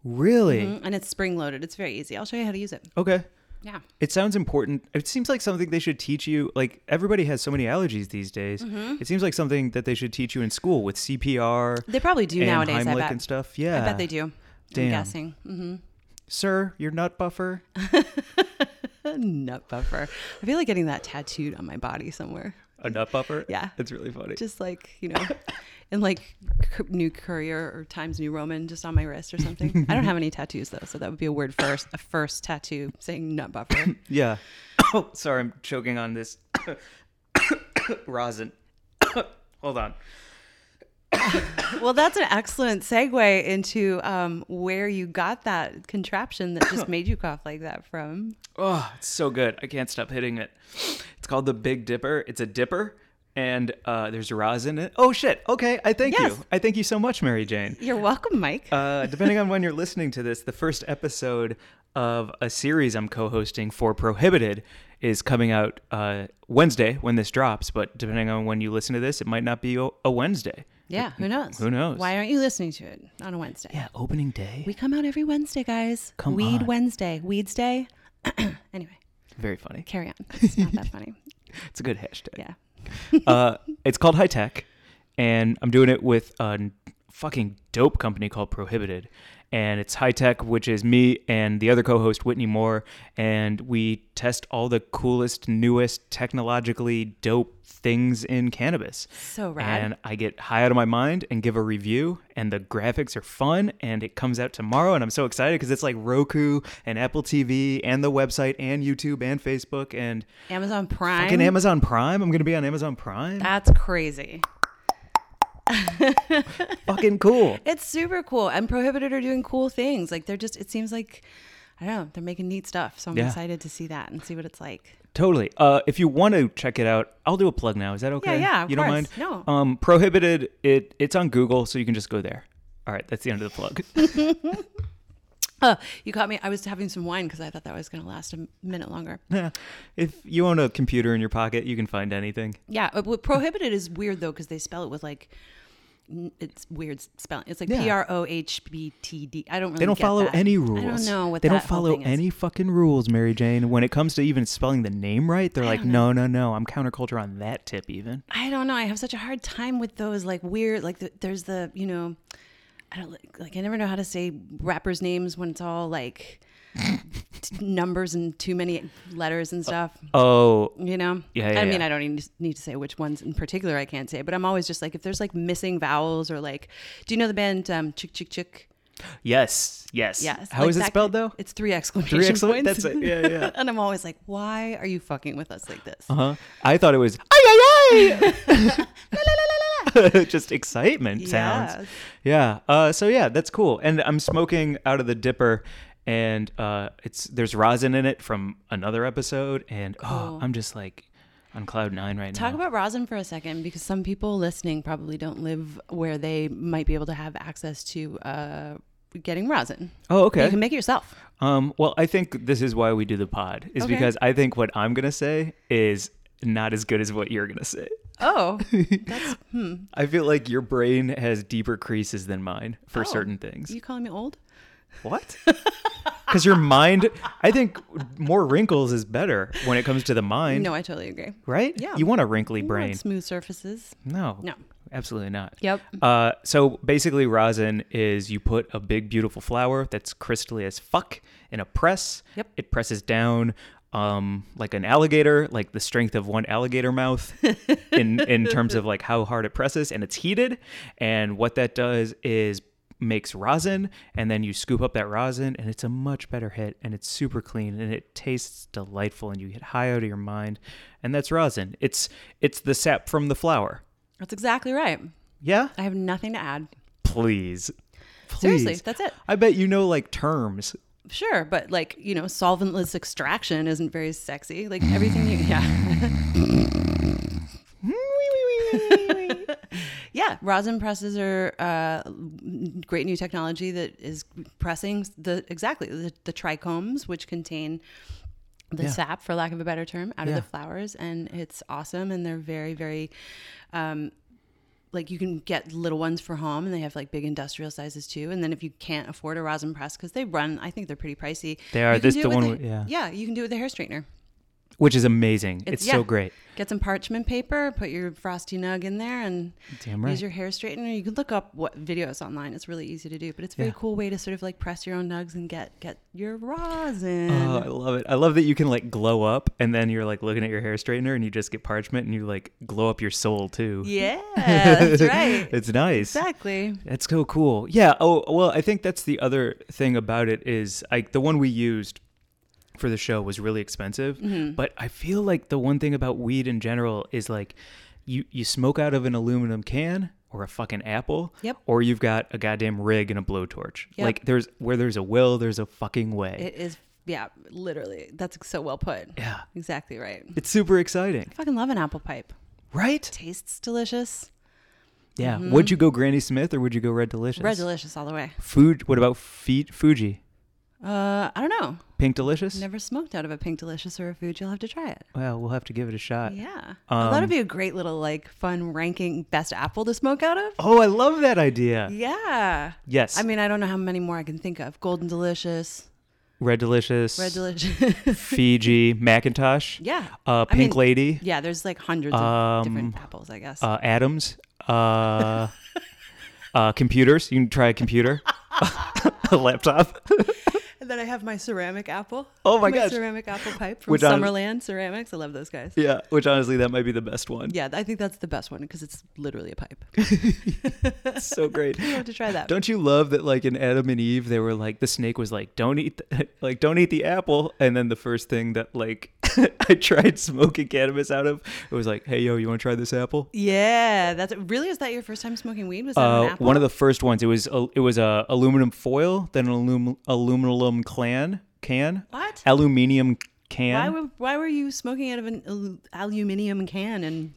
[SPEAKER 3] Really?
[SPEAKER 2] Mm, and it's spring loaded. It's very easy. I'll show you how to use it.
[SPEAKER 3] Okay.
[SPEAKER 2] Yeah,
[SPEAKER 3] It sounds important. It seems like something they should teach you. Like everybody has so many allergies these days.
[SPEAKER 2] Mm-hmm.
[SPEAKER 3] It seems like something that they should teach you in school with CPR
[SPEAKER 2] they probably do
[SPEAKER 3] and
[SPEAKER 2] nowadays.
[SPEAKER 3] Heimlich
[SPEAKER 2] I bet.
[SPEAKER 3] and stuff. Yeah,
[SPEAKER 2] I bet they do.
[SPEAKER 3] Damn.
[SPEAKER 2] I'm guessing. hmm
[SPEAKER 3] Sir, your nut buffer.
[SPEAKER 2] nut buffer. I feel like getting that tattooed on my body somewhere.
[SPEAKER 3] A nut buffer.
[SPEAKER 2] Yeah.
[SPEAKER 3] it's really funny.
[SPEAKER 2] Just like, you know, in like C- New Courier or Times New Roman, just on my wrist or something. I don't have any tattoos though, so that would be a word first, a first tattoo saying nut buffer.
[SPEAKER 3] yeah. oh, sorry, I'm choking on this rosin. Hold on.
[SPEAKER 2] well, that's an excellent segue into um, where you got that contraption that just made you cough like that from.
[SPEAKER 3] Oh, it's so good. I can't stop hitting it. It's called the Big Dipper. It's a dipper. And uh, there's rosin in it. Oh shit! Okay, I thank
[SPEAKER 2] Yes.
[SPEAKER 3] you. I thank you so much, Mary Jane.
[SPEAKER 2] You're welcome, Mike.
[SPEAKER 3] uh, depending on when you're listening to this, the first episode of a series I'm co-hosting for Prohibited is coming out uh, Wednesday when this drops. But depending on when you listen to this, it might not be o- a Wednesday.
[SPEAKER 2] yeah, who knows?
[SPEAKER 3] who knows?
[SPEAKER 2] Why aren't you listening to it on a Wednesday?
[SPEAKER 3] Yeah, opening day.
[SPEAKER 2] We come out every Wednesday, guys.
[SPEAKER 3] Come
[SPEAKER 2] Weed
[SPEAKER 3] on.
[SPEAKER 2] Wednesday, Weeds Day. anyway.
[SPEAKER 3] Very funny.
[SPEAKER 2] carry on. It's not that funny.
[SPEAKER 3] It's a good hashtag.
[SPEAKER 2] Yeah.
[SPEAKER 3] uh, it's called High Tech, and I'm doing it with a n- fucking dope company called Prohibited. And it's High Tech, which is me and the other co host, Whitney Moore. And we test all the coolest, newest, technologically dope things in cannabis.
[SPEAKER 2] So rad.
[SPEAKER 3] And I get high out of my mind and give a review, and the graphics are fun. And it comes out tomorrow, and I'm so excited because it's like Roku and Apple TV and the website and YouTube and Facebook and
[SPEAKER 2] Amazon Prime.
[SPEAKER 3] Fucking Amazon Prime. I'm gonna be on Amazon Prime.
[SPEAKER 2] That's crazy.
[SPEAKER 3] Fucking cool.
[SPEAKER 2] It's super cool. And Prohibited are doing cool things. Like they're just, it seems like, I don't know, they're making neat stuff. So I'm
[SPEAKER 3] Yeah.
[SPEAKER 2] excited to see that and see what it's like.
[SPEAKER 3] Totally. Uh, if you want to check it out, I'll do a plug now. Is that okay?
[SPEAKER 2] yeah, of
[SPEAKER 3] you
[SPEAKER 2] course.
[SPEAKER 3] don't mind?
[SPEAKER 2] No.
[SPEAKER 3] Um, Prohibited. It it's on Google, so you can just go there. All right, that's the end of the plug.
[SPEAKER 2] Oh, you caught me. I was having some wine because I thought that was going to last a minute longer.
[SPEAKER 3] if you own a computer in your pocket, you can find anything.
[SPEAKER 2] Yeah. uh, well, Prohibited is weird though because they spell it with like, n- it's weird s- spelling. It's like
[SPEAKER 3] Yeah.
[SPEAKER 2] P R O H B T D. I don't really
[SPEAKER 3] They don't
[SPEAKER 2] get
[SPEAKER 3] follow
[SPEAKER 2] that.
[SPEAKER 3] any rules.
[SPEAKER 2] I don't know what
[SPEAKER 3] they
[SPEAKER 2] that
[SPEAKER 3] don't
[SPEAKER 2] whole
[SPEAKER 3] follow
[SPEAKER 2] thing is.
[SPEAKER 3] any fucking rules, Mary Jane. When it comes to even spelling the name right, they're like, no, no, no. I'm counterculture on that tip, even.
[SPEAKER 2] I don't know. I have such a hard time with those like weird like the, there's the you know I don't like, like I never know how to say rappers' names when it's all like t- numbers and too many letters and stuff.
[SPEAKER 3] Oh,
[SPEAKER 2] You know,
[SPEAKER 3] Uh, Yeah,
[SPEAKER 2] I
[SPEAKER 3] yeah,
[SPEAKER 2] mean,
[SPEAKER 3] yeah.
[SPEAKER 2] I don't even need to say which ones in particular I can't say, but I'm always just like if there's like missing vowels or like, do you know the band um, Chick Chick Chick?
[SPEAKER 3] yes, yes.
[SPEAKER 2] Yes.
[SPEAKER 3] How
[SPEAKER 2] like
[SPEAKER 3] is it
[SPEAKER 2] that
[SPEAKER 3] spelled
[SPEAKER 2] kind-
[SPEAKER 3] though?
[SPEAKER 2] It's three exclamation
[SPEAKER 3] Three excellent.
[SPEAKER 2] points.
[SPEAKER 3] That's it. Yeah, yeah.
[SPEAKER 2] and I'm always like, why are you fucking with us like this?
[SPEAKER 3] Uh huh. I thought it was ay ay ay. Just excitement
[SPEAKER 2] Yes.
[SPEAKER 3] sounds. Yeah. Uh, so yeah, that's cool. And I'm smoking out of the dipper, and uh, it's there's rosin in it from another episode, and oh, I'm just like on cloud nine right
[SPEAKER 2] Talk
[SPEAKER 3] now.
[SPEAKER 2] about rosin for a second, because some people listening probably don't live where they might be able to have access to uh, getting rosin.
[SPEAKER 3] oh,
[SPEAKER 2] You
[SPEAKER 3] okay.
[SPEAKER 2] can make it yourself.
[SPEAKER 3] Um, well, I think this is why we do the pod is
[SPEAKER 2] Okay.
[SPEAKER 3] because I think what I'm gonna say is not as good as what you're gonna say.
[SPEAKER 2] Oh,
[SPEAKER 3] I feel like your brain has deeper creases than mine
[SPEAKER 2] Oh,
[SPEAKER 3] for certain things.
[SPEAKER 2] you calling me old?
[SPEAKER 3] What? Because your mind, I think more wrinkles is better when it comes to the mind,
[SPEAKER 2] No, I totally agree.
[SPEAKER 3] right?
[SPEAKER 2] yeah.
[SPEAKER 3] You want a wrinkly
[SPEAKER 2] You want
[SPEAKER 3] brain.
[SPEAKER 2] smooth surfaces.
[SPEAKER 3] No.
[SPEAKER 2] No.
[SPEAKER 3] Absolutely not.
[SPEAKER 2] Yep.
[SPEAKER 3] Uh, so basically, rosin is you put a big, beautiful flower that's crystally as fuck in a press.
[SPEAKER 2] Yep.
[SPEAKER 3] It presses down um, like an alligator, like the strength of one alligator mouth in, in terms of like how hard it presses, and it's heated. And what that does is makes rosin, and then you scoop up that rosin, and it's a much better hit, and it's super clean, and it tastes delightful, and you get high out of your mind, and that's rosin. It's it's the sap from the flower.
[SPEAKER 2] That's exactly right.
[SPEAKER 3] Yeah.
[SPEAKER 2] I have nothing to add.
[SPEAKER 3] Please. Please.
[SPEAKER 2] Seriously, that's it.
[SPEAKER 3] I bet you know like terms.
[SPEAKER 2] Sure, but like you know, solventless extraction isn't very sexy. Like everything you, yeah, yeah. Rosin presses are uh, great new technology that is pressing the exactly the, the trichomes, which contain the
[SPEAKER 3] Yeah.
[SPEAKER 2] sap, for lack of a better term, out
[SPEAKER 3] Yeah.
[SPEAKER 2] of the flowers, and it's awesome. And they're very, very. Um, like you can get little ones for home and they have like big industrial sizes too and then if you can't afford a rosin press because they run i think they're pretty pricey
[SPEAKER 3] They are.
[SPEAKER 2] you can
[SPEAKER 3] This
[SPEAKER 2] do it
[SPEAKER 3] the
[SPEAKER 2] with
[SPEAKER 3] one
[SPEAKER 2] a-
[SPEAKER 3] with- yeah.
[SPEAKER 2] yeah you can do it with a hair straightener
[SPEAKER 3] Which is amazing. It's,
[SPEAKER 2] yeah.
[SPEAKER 3] so great.
[SPEAKER 2] Get some parchment paper, put your frosty nug in there, and
[SPEAKER 3] Damn right.
[SPEAKER 2] use your hair straightener. You can look up what videos online. It's really easy to do, but it's a very
[SPEAKER 3] Yeah.
[SPEAKER 2] cool way to sort of like press your own nugs and get get your rosin.
[SPEAKER 3] Oh, I love it. I love that you can like glow up and then you're like looking at your hair straightener and you just get parchment and you like glow up your soul too.
[SPEAKER 2] yeah, that's right.
[SPEAKER 3] it's nice.
[SPEAKER 2] Exactly.
[SPEAKER 3] That's so cool. Yeah. Oh, well, I think that's the other thing about it is like the one we used for the show was really expensive,
[SPEAKER 2] Mm-hmm.
[SPEAKER 3] but I feel like the one thing about weed in general is like you you smoke out of an aluminum can or a fucking apple,
[SPEAKER 2] Yep.
[SPEAKER 3] or you've got a goddamn rig and a blowtorch.
[SPEAKER 2] Yep.
[SPEAKER 3] Like there's where there's a will, there's a fucking way.
[SPEAKER 2] It is. Yeah, literally. That's so well put.
[SPEAKER 3] yeah.
[SPEAKER 2] Exactly right.
[SPEAKER 3] It's super exciting,
[SPEAKER 2] Fucking love an apple pipe.
[SPEAKER 3] right?
[SPEAKER 2] Tastes delicious.
[SPEAKER 3] Yeah. Would you go Granny Smith or would you go Red Delicious?
[SPEAKER 2] Mm-hmm. Red delicious all the way.
[SPEAKER 3] Food. What about feet? Fuji?
[SPEAKER 2] Uh, I don't know.
[SPEAKER 3] Pink Delicious?
[SPEAKER 2] Never smoked out of a pink delicious or a food. You'll have to try it.
[SPEAKER 3] Well, we'll have to give it a shot.
[SPEAKER 2] Yeah. Oh,
[SPEAKER 3] Um,
[SPEAKER 2] that'd be a great little like fun ranking best apple to smoke out of.
[SPEAKER 3] Oh, I love that idea.
[SPEAKER 2] Yeah.
[SPEAKER 3] Yes.
[SPEAKER 2] I mean, I don't know how many more I can think of. Golden Delicious,
[SPEAKER 3] Red Delicious,
[SPEAKER 2] Red Delicious.
[SPEAKER 3] Fiji, Macintosh,
[SPEAKER 2] yeah.
[SPEAKER 3] uh,
[SPEAKER 2] I mean,
[SPEAKER 3] Pink Lady, Um,
[SPEAKER 2] Yeah, there's like hundreds of different apples, I guess.
[SPEAKER 3] uh, Adams, uh, uh, computers. You can try a computer, a laptop.
[SPEAKER 2] And that I have my ceramic apple.
[SPEAKER 3] Oh my
[SPEAKER 2] god,
[SPEAKER 3] gosh.
[SPEAKER 2] ceramic apple pipe from
[SPEAKER 3] Which on-
[SPEAKER 2] Summerland Ceramics. I love those guys.
[SPEAKER 3] Yeah, which honestly, that might be the best one.
[SPEAKER 2] Yeah, I think that's the best one because it's literally a pipe.
[SPEAKER 3] It's so great.
[SPEAKER 2] I have to try that.
[SPEAKER 3] Don't you love that? Like in Adam and Eve, they were like the snake was like, "Don't eat, the, like, don't eat the apple." And then the first thing that like I tried smoking cannabis out of, it was like, "Hey, yo, you want to try this apple?"
[SPEAKER 2] yeah, that's really. Is that your first time smoking weed? Was that an
[SPEAKER 3] Uh,
[SPEAKER 2] apple?
[SPEAKER 3] one of the first ones. It was a, it was a aluminum foil, then an alum, aluminum clan can,
[SPEAKER 2] What?
[SPEAKER 3] aluminium
[SPEAKER 2] Why
[SPEAKER 3] can.
[SPEAKER 2] were Why were you smoking out of an al- aluminium can in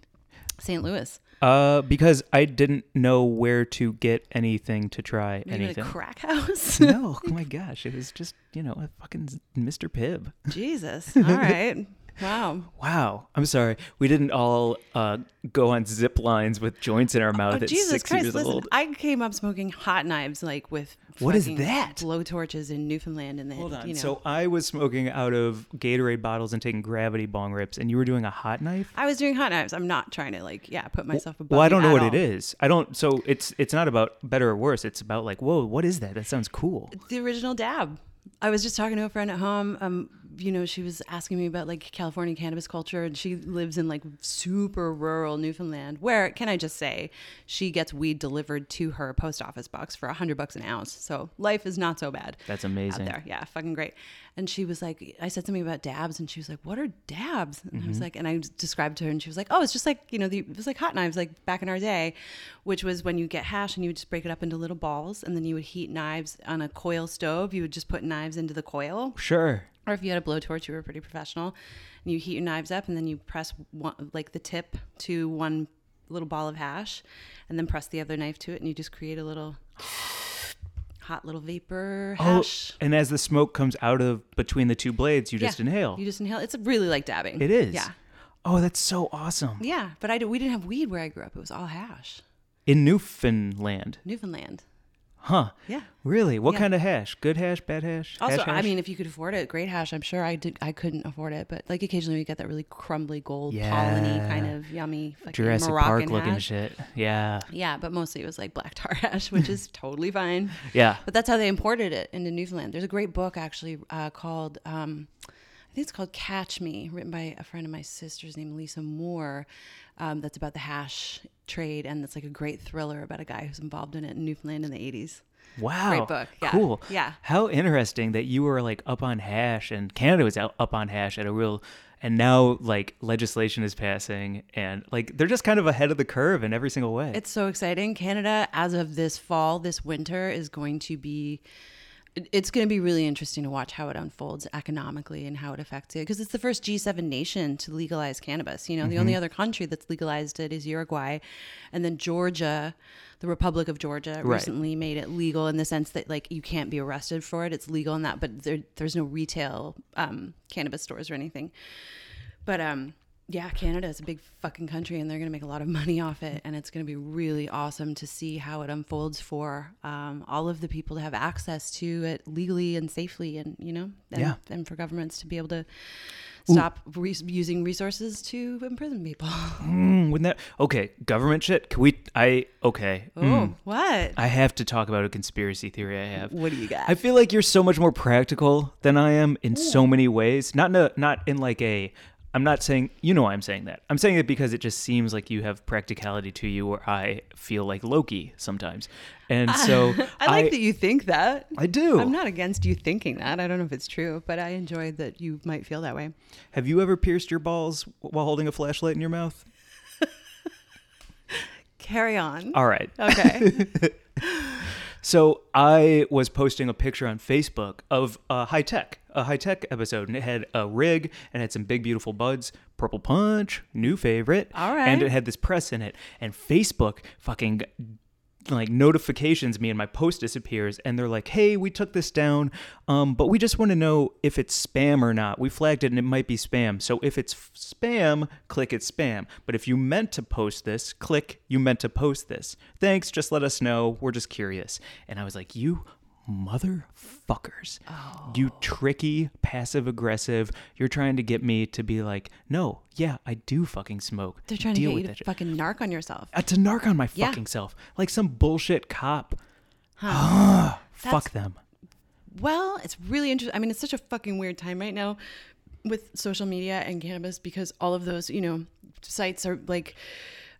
[SPEAKER 2] St. Louis?
[SPEAKER 3] uh, because I didn't know where to get anything to try
[SPEAKER 2] Were you in
[SPEAKER 3] anything.
[SPEAKER 2] a crack house?
[SPEAKER 3] no, oh my gosh, it was just you know a fucking Mr. Pibb.
[SPEAKER 2] Jesus. All right. Wow.
[SPEAKER 3] Wow, I'm sorry. We didn't all uh, go on zip lines with joints in our mouth
[SPEAKER 2] Oh,
[SPEAKER 3] at
[SPEAKER 2] Jesus
[SPEAKER 3] six
[SPEAKER 2] Christ.
[SPEAKER 3] years
[SPEAKER 2] Listen,
[SPEAKER 3] old.
[SPEAKER 2] I came up smoking hot knives like with
[SPEAKER 3] What is
[SPEAKER 2] fucking
[SPEAKER 3] that?
[SPEAKER 2] Blowtorches in Newfoundland and then
[SPEAKER 3] Hold on.
[SPEAKER 2] you know.
[SPEAKER 3] So I was smoking out of Gatorade bottles and taking gravity bong rips, and you were doing a hot knife.
[SPEAKER 2] I was doing hot knives. I'm not trying to like yeah put myself above.
[SPEAKER 3] Well, I don't
[SPEAKER 2] you
[SPEAKER 3] know
[SPEAKER 2] at
[SPEAKER 3] what it
[SPEAKER 2] all.
[SPEAKER 3] is. I don't. So it's it's not about better or worse. It's about like, whoa, what is that? That sounds cool.
[SPEAKER 2] The original dab. I was just talking to a friend at home. Um, you know, she was asking me about like California cannabis culture, and she lives in like super rural Newfoundland, where can I just say, she gets weed delivered to her post office box for a hundred bucks an ounce. So life is not so bad.
[SPEAKER 3] That's amazing.
[SPEAKER 2] Out there. Yeah, fucking great. And she was like, I said something about dabs, and she was like, "What are dabs?" And I was like, and I described to her, and she was like, "Oh, it's just like you know, the, it was like hot knives, like back in our day, which was when you get hash and you would just break it up into little balls, and then you would heat knives on a coil stove. You would just put knives into the coil,
[SPEAKER 3] Sure.
[SPEAKER 2] or if you had a blowtorch, you were pretty professional. And you heat your knives up, and then you press one, like the tip to one little ball of hash, and then press the other knife to it, and you just create a little." Hot little vapor hash.
[SPEAKER 3] Oh, and as the smoke comes out of between the two blades, you just
[SPEAKER 2] Yeah.
[SPEAKER 3] inhale.
[SPEAKER 2] You just inhale. It's really like dabbing.
[SPEAKER 3] it is.
[SPEAKER 2] Yeah.
[SPEAKER 3] Oh, that's so awesome.
[SPEAKER 2] Yeah. But I, d- we didn't have weed where I grew up. It was all hash.
[SPEAKER 3] In Newfoundland,
[SPEAKER 2] Newfoundland.
[SPEAKER 3] huh?
[SPEAKER 2] Yeah.
[SPEAKER 3] Really? What
[SPEAKER 2] Yeah.
[SPEAKER 3] kind of hash? Good hash? Bad hash?
[SPEAKER 2] Also,
[SPEAKER 3] Hash
[SPEAKER 2] I
[SPEAKER 3] hash?
[SPEAKER 2] mean, if you could afford it, great hash. I'm sure I did. I couldn't afford it, but like occasionally we get that really crumbly gold polleny
[SPEAKER 3] Yeah.
[SPEAKER 2] kind of yummy fucking
[SPEAKER 3] Jurassic
[SPEAKER 2] Moroccan
[SPEAKER 3] Park looking
[SPEAKER 2] hash.
[SPEAKER 3] shit. Yeah.
[SPEAKER 2] Yeah, but mostly it was like black tar hash, which is totally fine.
[SPEAKER 3] Yeah.
[SPEAKER 2] But that's how they imported it into Newfoundland. There's a great book actually uh, called, um, I think it's called Catch Me, written by a friend of my sister's named Lisa Moore, um, that's about the hash trade. And it's like a great thriller about a guy who's involved in it in Newfoundland in the 80s.
[SPEAKER 3] Wow.
[SPEAKER 2] book, yeah,
[SPEAKER 3] Cool.
[SPEAKER 2] yeah.
[SPEAKER 3] How interesting that you were like up on hash and Canada was out, up on hash at a real and now like legislation is passing and like they're just kind of ahead of the curve in every single way.
[SPEAKER 2] It's so exciting. Canada, as of this fall, this winter, is going to be. it- It's going to be really interesting to watch how it unfolds economically and how it affects it because it's the first G7 nation to legalize cannabis. You know, the only other country that's legalized it is Uruguay. And then Georgia, the Republic of Georgia,
[SPEAKER 3] Right.
[SPEAKER 2] recently made it legal in the sense that, like, you can't be arrested for it. It's legal in that, but there, there's no retail um, cannabis stores or anything. But um, yeah, Canada is a big fucking country, and they're gonna make a lot of money off it, and it's gonna be really awesome to see how it unfolds for um, all of the people to have access to it legally and safely, and you know, and,
[SPEAKER 3] Yeah.
[SPEAKER 2] and for governments to be able to stop re- using resources to imprison people.
[SPEAKER 3] Mm, wouldn't that okay, government shit. Can we I okay.
[SPEAKER 2] Oh, what?
[SPEAKER 3] Hmm. I have to talk about a conspiracy theory I have.
[SPEAKER 2] what do you got?
[SPEAKER 3] I feel like you're so much more practical than I am in so many ways. Not in a, not in like a I'm not saying you know why I'm saying that. I'm saying it because it just seems like you have practicality to you where I feel like Loki sometimes. And so
[SPEAKER 2] I like that you think that.
[SPEAKER 3] I do.
[SPEAKER 2] I'm not against you thinking that. I don't know if it's true, but I enjoy that you might feel that way.
[SPEAKER 3] Have you ever pierced your balls while holding a flashlight in your mouth?
[SPEAKER 2] Carry on.
[SPEAKER 3] All right.
[SPEAKER 2] Okay.
[SPEAKER 3] So I was posting a picture on Facebook of a high tech, a high tech episode, and it had a rig and it had some big beautiful buds, purple punch, new favorite.
[SPEAKER 2] All right.
[SPEAKER 3] And it had this press in it, and Facebook fucking like notifications me and my post disappears and they're like hey we took this down um, but we just want to know if it's spam or not we flagged it and it might be spam so if it's f- spam click it's spam but if you meant to post this click you meant to post this thanks just let us know we're just curious and i was like you motherfuckers
[SPEAKER 2] Oh.
[SPEAKER 3] you tricky passive aggressive you're trying to get me to be like no yeah i do fucking smoke
[SPEAKER 2] They're trying
[SPEAKER 3] Deal
[SPEAKER 2] to
[SPEAKER 3] with
[SPEAKER 2] get you
[SPEAKER 3] that
[SPEAKER 2] to
[SPEAKER 3] shit."
[SPEAKER 2] fucking narc on yourself.
[SPEAKER 3] Uh, to narc on my
[SPEAKER 2] Yeah.
[SPEAKER 3] fucking self like some bullshit cop. Fuck them.
[SPEAKER 2] well, it's really interesting. I mean, it's such a fucking weird time right now with social media and cannabis because all of those, you know, sites are like,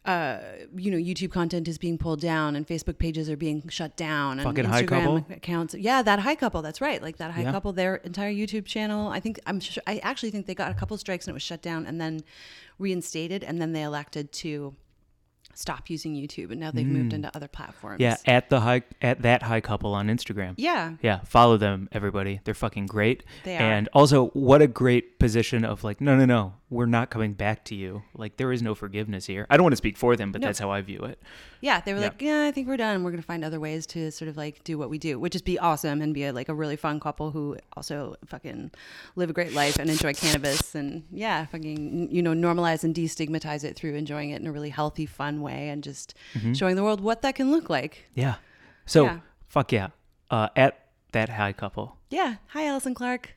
[SPEAKER 2] uh, you know, YouTube content is being pulled down and Facebook pages are being shut down. And
[SPEAKER 3] Fucking
[SPEAKER 2] Instagram
[SPEAKER 3] High Couple?
[SPEAKER 2] accounts. Yeah, that high couple. That's right. Like that high
[SPEAKER 3] Yeah.
[SPEAKER 2] couple, their entire YouTube channel. I think I'm sure. I actually think they got a couple strikes and it was shut down and then reinstated and then they elected to stop using YouTube and now they've moved into other platforms.
[SPEAKER 3] Mm. Yeah, at the high at that high couple on Instagram.
[SPEAKER 2] Yeah.
[SPEAKER 3] Yeah, follow them, everybody. They're fucking great.
[SPEAKER 2] They are.
[SPEAKER 3] And also, what a great position of like, no, no, no, we're not coming back to you. Like, there is no forgiveness here. I don't want to speak for them, but
[SPEAKER 2] No.
[SPEAKER 3] that's how I view it.
[SPEAKER 2] Yeah, they were
[SPEAKER 3] Yeah.
[SPEAKER 2] like, yeah, I think we're done. We're gonna find other ways to sort of like do what we do, which is be awesome and be a, like a really fun couple who also fucking live a great life and enjoy cannabis and yeah, fucking you know normalize and destigmatize it through enjoying it in a really healthy, fun way and just showing the world what that can look like.
[SPEAKER 3] Yeah. So,
[SPEAKER 2] Yeah.
[SPEAKER 3] fuck yeah. Uh, at that high couple.
[SPEAKER 2] Yeah. Hi, Allison Clark.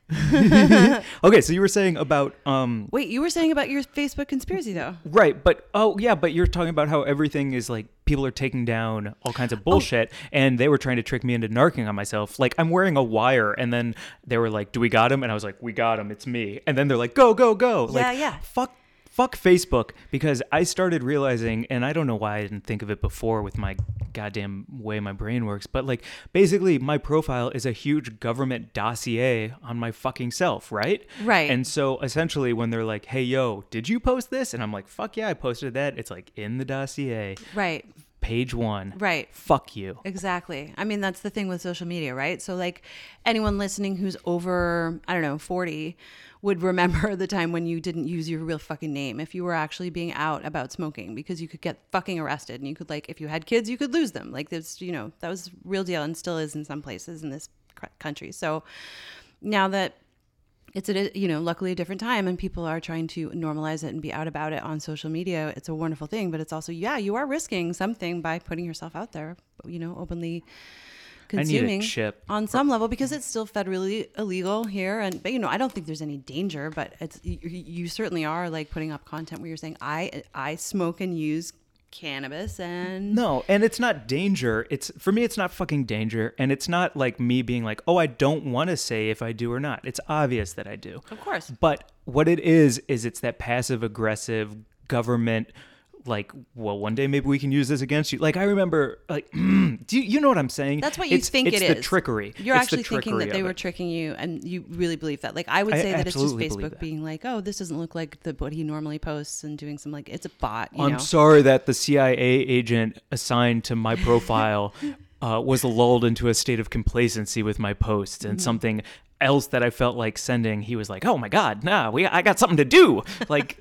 [SPEAKER 3] Okay, so you were saying about um
[SPEAKER 2] Wait, you were saying about your Facebook conspiracy though.
[SPEAKER 3] right, but oh yeah, but you're talking about how everything is like people are taking down all kinds
[SPEAKER 2] Oh.
[SPEAKER 3] of bullshit and they were trying to trick me into narking on myself. Like I'm wearing a wire and then they were like, "Do we got him?" and I was like, "We got him. It's me." And then they're like, "Go, go, go."
[SPEAKER 2] Yeah,
[SPEAKER 3] like
[SPEAKER 2] yeah.
[SPEAKER 3] fuck fuck Facebook because I started realizing and I don't know why I didn't think of it before with my goddamn way my brain works, but like basically my profile is a huge government dossier on my fucking self, right?
[SPEAKER 2] Right.
[SPEAKER 3] And so essentially when they're like, "Hey yo, did you post this?" and I'm like, "Fuck yeah, I posted that." It's like in the dossier,
[SPEAKER 2] Right.
[SPEAKER 3] page 1.
[SPEAKER 2] Right.
[SPEAKER 3] Fuck you.
[SPEAKER 2] Exactly. I mean, that's the thing with social media, right? So, like, anyone listening who's over, I don't know, 40 would remember the time when you didn't use your real fucking name if you were actually being out about smoking because you could get fucking arrested and you could, like, if you had kids, you could lose them. Like, there's, you know, that was real deal and still is in some places in this cr- country. So, now that it's a you know luckily a different time and people are trying to normalize it and be out about it on social media it's a wonderful thing but it's also yeah you are risking something by putting yourself out there you know openly
[SPEAKER 3] I need a
[SPEAKER 2] consuming
[SPEAKER 3] chip.
[SPEAKER 2] on some level because it's still federally illegal here and but you know i don't think there's any danger but it's you, you certainly are like putting up content where you're saying i i smoke and use cannabis and
[SPEAKER 3] No, and it's not danger. It's for me, it's not fucking danger, and it's not like me being like, oh, I don't want to say if I do or not. It's obvious that I do.
[SPEAKER 2] of course
[SPEAKER 3] But what it is is it's that passive aggressive government. Like, well, one day maybe we can use this against you. Like, I remember, like, do you, you know what I'm saying?
[SPEAKER 2] That's what you
[SPEAKER 3] It's-
[SPEAKER 2] think
[SPEAKER 3] it's
[SPEAKER 2] it is.
[SPEAKER 3] the trickery.
[SPEAKER 2] You're
[SPEAKER 3] It's the
[SPEAKER 2] actually thinking
[SPEAKER 3] trickery
[SPEAKER 2] that they
[SPEAKER 3] of
[SPEAKER 2] were
[SPEAKER 3] it.
[SPEAKER 2] tricking you, and you really believe that. Like I would
[SPEAKER 3] I
[SPEAKER 2] say that it's just
[SPEAKER 3] absolutely believe
[SPEAKER 2] Facebook
[SPEAKER 3] that.
[SPEAKER 2] being like, "Oh, this doesn't look like the what he normally posts," and doing some like it's a bot. You
[SPEAKER 3] I'm
[SPEAKER 2] know?
[SPEAKER 3] sorry that the CIA agent assigned to my profile uh, was lulled into a state of complacency with my posts
[SPEAKER 2] Mm-hmm.
[SPEAKER 3] and something else that I felt like sending. He was like, "Oh my God, nah, we I got something to do." Like,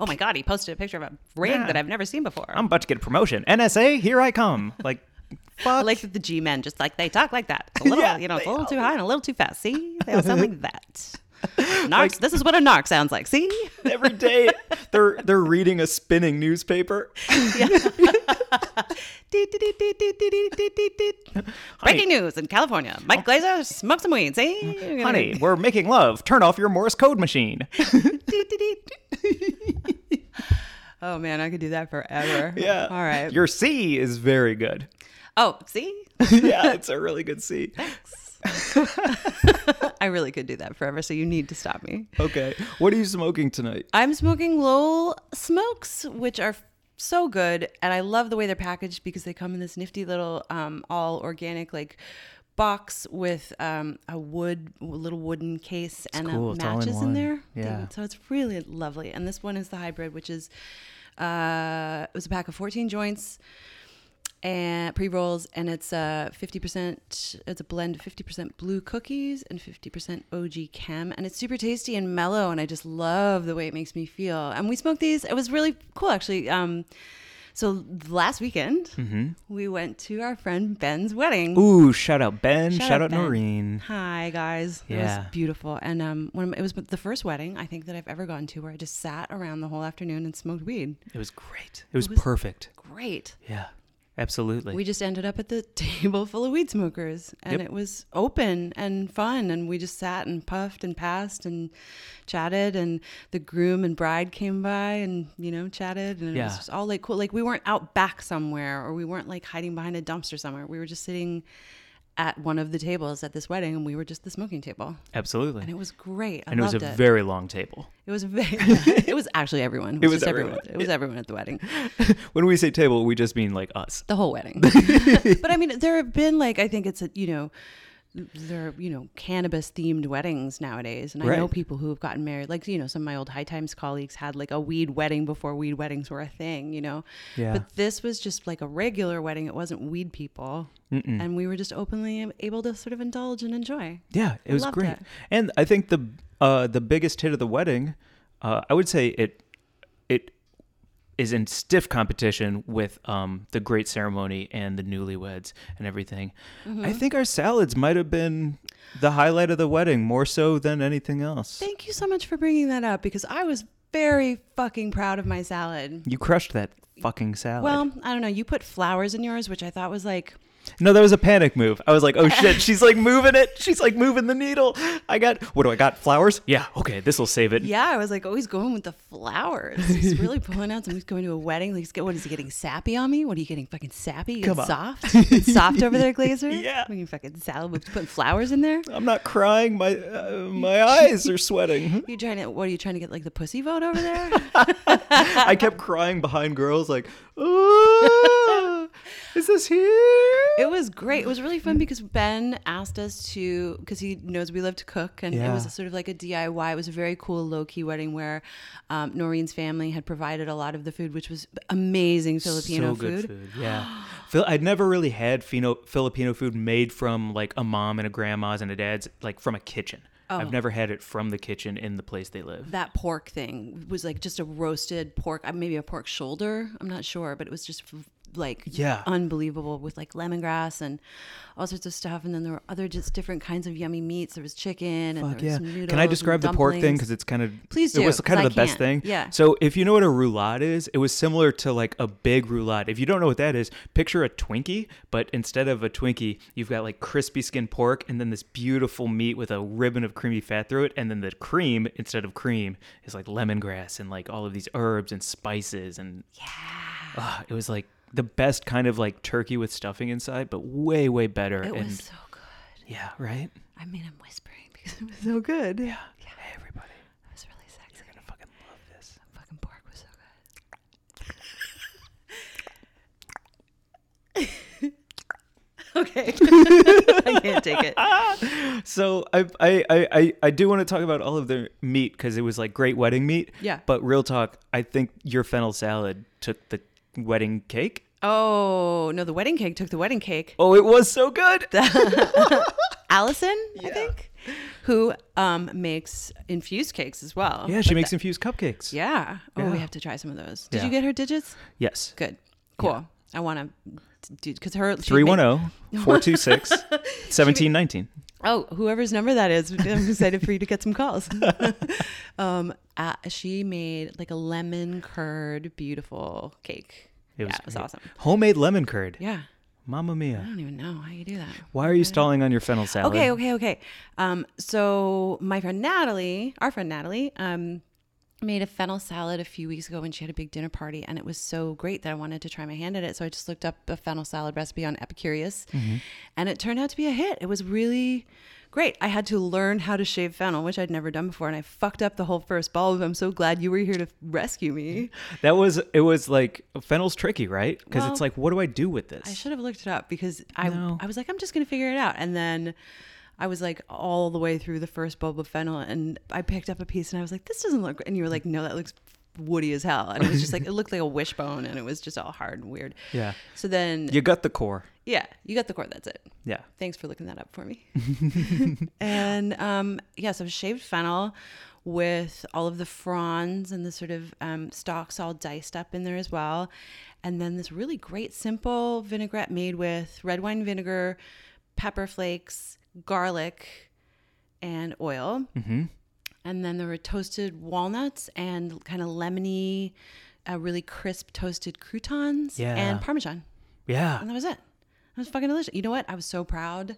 [SPEAKER 2] oh my god, he posted a picture of a rig
[SPEAKER 3] Yeah.
[SPEAKER 2] that I've never seen before.
[SPEAKER 3] I'm about to get a promotion. NSA, here I come. Like,
[SPEAKER 2] I
[SPEAKER 3] fuck.
[SPEAKER 2] like that the G men just like they talk like that. It's a little,
[SPEAKER 3] Yeah,
[SPEAKER 2] you know, it's a
[SPEAKER 3] they
[SPEAKER 2] little too
[SPEAKER 3] all-
[SPEAKER 2] high and a little too fast. See, they all sound like that. Narcs. this is what a narc sounds like. See,
[SPEAKER 3] Every day they're they're reading a spinning newspaper.
[SPEAKER 2] Deet, deet, deet, deet, deet, deet, deet, deet, deet. breaking news in California. Mike Glazer smoked some weed. See, You're gonna-
[SPEAKER 3] Oh. Honey, we're making love. Turn off your Morse code machine.
[SPEAKER 2] oh man, I could do that forever.
[SPEAKER 3] Yeah.
[SPEAKER 2] All right.
[SPEAKER 3] Your C is very good.
[SPEAKER 2] oh, see,
[SPEAKER 3] yeah, it's a really good C.
[SPEAKER 2] I really could do that forever. So you need to stop me.
[SPEAKER 3] Okay. What are you smoking tonight?
[SPEAKER 2] I'm smoking Lowell smokes, which are so good, and I love the way they're packaged because they come in this nifty little um, all organic like box with um, a wood little wooden case and
[SPEAKER 3] cool.
[SPEAKER 2] a
[SPEAKER 3] It's all in
[SPEAKER 2] matches in,
[SPEAKER 3] one.
[SPEAKER 2] there.
[SPEAKER 3] Yeah.
[SPEAKER 2] So it's really lovely. And this one is the hybrid, which is uh, it was a pack of 14 joints and pre rolls, and it's a fifty percent. It's a blend of fifty percent blue cookies and fifty percent OG chem, and it's super tasty and mellow. And I just love the way it makes me feel. And we smoked these. It was really cool, actually. Um, so last weekend we went to our friend Ben's wedding.
[SPEAKER 3] Mm-hmm. Ooh, shout out Ben. Shout, out,
[SPEAKER 2] Ben.
[SPEAKER 3] Noreen.
[SPEAKER 2] Hi guys. It
[SPEAKER 3] Yeah.
[SPEAKER 2] was beautiful. And um one of my- it was the first wedding I think that I've ever gone to where I just sat around the whole afternoon and smoked weed.
[SPEAKER 3] It was great. It was,
[SPEAKER 2] was-
[SPEAKER 3] perfect.
[SPEAKER 2] Great.
[SPEAKER 3] Yeah, absolutely.
[SPEAKER 2] We just ended up at the table full of weed smokers, and
[SPEAKER 3] Yep.
[SPEAKER 2] it was open and fun, and we just sat and puffed and passed and chatted, and the groom and bride came by and you know chatted, and it
[SPEAKER 3] Yeah.
[SPEAKER 2] was just all like cool. Like we weren't out back somewhere, or we weren't like hiding behind a dumpster somewhere. We were just sitting at one of the tables at this wedding, and we were just the smoking table,
[SPEAKER 3] absolutely.
[SPEAKER 2] and it was great. I
[SPEAKER 3] and it was
[SPEAKER 2] loved
[SPEAKER 3] a
[SPEAKER 2] it.
[SPEAKER 3] very long table.
[SPEAKER 2] it was very. it was actually everyone. It was,
[SPEAKER 3] was
[SPEAKER 2] just everyone.
[SPEAKER 3] everyone.
[SPEAKER 2] It was everyone at the wedding.
[SPEAKER 3] When we say table, we just mean like us.
[SPEAKER 2] the whole wedding. but I mean, there have been like I think it's a you know there are, you know cannabis themed weddings nowadays, and I know
[SPEAKER 3] Right.
[SPEAKER 2] people who have gotten married. Like you know, some of my old High Times colleagues had like a weed wedding before weed weddings were a thing. You know,
[SPEAKER 3] Yeah.
[SPEAKER 2] But this was just like a regular wedding. It wasn't weed people, and we were just openly able to sort of indulge and enjoy.
[SPEAKER 3] Yeah, it
[SPEAKER 2] I
[SPEAKER 3] was
[SPEAKER 2] loved
[SPEAKER 3] great.
[SPEAKER 2] it.
[SPEAKER 3] And I think the uh, the biggest hit of the wedding, uh, I would say it it is in stiff competition with um, the great ceremony and the newlyweds and everything.
[SPEAKER 2] Mm-hmm.
[SPEAKER 3] I think our salads might have been the highlight of the wedding more so than anything else.
[SPEAKER 2] Thank you so much for bringing that up because I was very fucking proud of my salad.
[SPEAKER 3] you crushed that fucking salad.
[SPEAKER 2] Well, I don't know. You put flowers in yours, which I thought was like
[SPEAKER 3] no, that was a panic move. I was like, "Oh shit, she's like moving it. She's like moving the needle." I got what do I got? Flowers? Yeah, okay, this will save it.
[SPEAKER 2] Yeah, I was like, oh, he's going with the flowers. He's really pulling out something. He's going to a wedding. Like, he's get, what is he getting sappy on me? What are you getting fucking sappy? You
[SPEAKER 3] Come
[SPEAKER 2] getting
[SPEAKER 3] on.
[SPEAKER 2] soft? You getting soft over there, Glazer?
[SPEAKER 3] Yeah.
[SPEAKER 2] Making fucking salad with putting flowers in there?
[SPEAKER 3] I'm not crying. My uh, my eyes are sweating.
[SPEAKER 2] You trying to, what are you trying to get like the pussy vote over there?
[SPEAKER 3] I kept crying behind girls, like, "Ah, is this here?
[SPEAKER 2] it was great. It was really fun because Ben asked us to, because he knows we love to cook, and it
[SPEAKER 3] Yeah.
[SPEAKER 2] was sort of like a DIY. It was a very cool low key wedding where um, Noreen's family had provided a lot of the food, which was amazing Filipino
[SPEAKER 3] Yeah. Phil- I'd never really had Fino- Filipino food made from like a mom and a grandma's and a dad's, like from a kitchen.
[SPEAKER 2] Oh.
[SPEAKER 3] I've never had it from the kitchen in the place they live.
[SPEAKER 2] that pork thing was like just a roasted pork, uh, maybe a pork shoulder. I'm not sure, but it was just f- like
[SPEAKER 3] Yeah.
[SPEAKER 2] unbelievable with like lemongrass and all sorts of stuff. And then there were other just different kinds of yummy meats. There was chicken and
[SPEAKER 3] Fuck
[SPEAKER 2] there
[SPEAKER 3] yeah.
[SPEAKER 2] was noodles.
[SPEAKER 3] Can I
[SPEAKER 2] and
[SPEAKER 3] describe the pork thing?
[SPEAKER 2] dumplings.
[SPEAKER 3] Because it's kind of.
[SPEAKER 2] Please
[SPEAKER 3] It
[SPEAKER 2] do, 'cause
[SPEAKER 3] was kind of
[SPEAKER 2] I
[SPEAKER 3] the best thing.
[SPEAKER 2] can't. Yeah.
[SPEAKER 3] So if you know what a roulade is, it was similar to like a big roulade. If you don't know what that is, picture a Twinkie, but instead of a Twinkie, you've got like crispy skinned pork and then this beautiful meat with a ribbon of creamy fat through it. And then the cream, instead of cream, is like lemongrass and like all of these herbs and spices. And yeah. it was like the best kind of like turkey with stuffing inside, but way, way better.
[SPEAKER 2] it
[SPEAKER 3] and
[SPEAKER 2] was so good.
[SPEAKER 3] yeah, right?
[SPEAKER 2] I mean, I'm whispering because it was so good. Yeah,
[SPEAKER 3] Hey, everybody.
[SPEAKER 2] it was really sexy.
[SPEAKER 3] I fucking love this.
[SPEAKER 2] The fucking pork was so good. okay, I can't take it.
[SPEAKER 3] So I I, I, I I do want to talk about all of the meat because it was like great wedding meat.
[SPEAKER 2] Yeah.
[SPEAKER 3] But real talk, I think your fennel salad took the wedding cake.
[SPEAKER 2] Oh no, the wedding cake took the wedding cake.
[SPEAKER 3] Oh, it was so good.
[SPEAKER 2] Allison, I think, who um, makes infused cakes as well.
[SPEAKER 3] yeah, she makes infused cupcakes.
[SPEAKER 2] Yeah. Oh, we
[SPEAKER 3] Yeah.
[SPEAKER 2] have to try some of those. Did you
[SPEAKER 3] Yeah.
[SPEAKER 2] get her digits?
[SPEAKER 3] Yes.
[SPEAKER 2] Good. Cool. I want to do because her she
[SPEAKER 3] 310 426 1719.
[SPEAKER 2] made- Oh, whoever's number that is, I'm excited for you to get some calls. um, uh, she made like a lemon curd, beautiful cake.
[SPEAKER 3] It was
[SPEAKER 2] yeah, it was
[SPEAKER 3] great.
[SPEAKER 2] awesome.
[SPEAKER 3] Homemade lemon curd.
[SPEAKER 2] Yeah.
[SPEAKER 3] Mamma
[SPEAKER 2] I
[SPEAKER 3] mia.
[SPEAKER 2] don't even know how you do that.
[SPEAKER 3] Why are you stalling on your fennel salad?
[SPEAKER 2] Okay, okay, okay. Um, so my friend Natalie, our friend Natalie, um, made a fennel salad a few weeks ago when she had a big dinner party, and it was so great that I wanted to try my hand at it. So I just looked up a fennel salad recipe on Epicurious, and it turned out to be a hit. It was really great. I had to learn how to shave fennel, which I'd never done before, and I fucked up the whole first bulb. I'm so glad you were here to rescue me.
[SPEAKER 3] That was, it was like, fennel's tricky, right? Because
[SPEAKER 2] Well,
[SPEAKER 3] it's like, what do I do with this?
[SPEAKER 2] I should have looked it up because I
[SPEAKER 3] No.
[SPEAKER 2] I was like, I'm just gonna figure it out. And then I was like all the way through the first bulb of fennel and I picked up a piece and I was like, this doesn't look good. And you were like, no, that looks woody as hell. And it was just like it looked like a wishbone and it was just all hard and weird.
[SPEAKER 3] Yeah.
[SPEAKER 2] So then
[SPEAKER 3] You got the core.
[SPEAKER 2] yeah, you got the core, that's it.
[SPEAKER 3] Yeah.
[SPEAKER 2] Thanks for looking that up for me. and um, yeah, so shaved fennel with all of the fronds and the sort of um, stalks all diced up in there as well. And then this really great simple vinaigrette made with red wine vinegar, pepper flakes, garlic, and oil. And then there were toasted walnuts and kind of lemony, uh, really crisp toasted croutons
[SPEAKER 3] Yeah.
[SPEAKER 2] and parmesan
[SPEAKER 3] Yeah.
[SPEAKER 2] and that was it. That was fucking delicious. You know what? I was so proud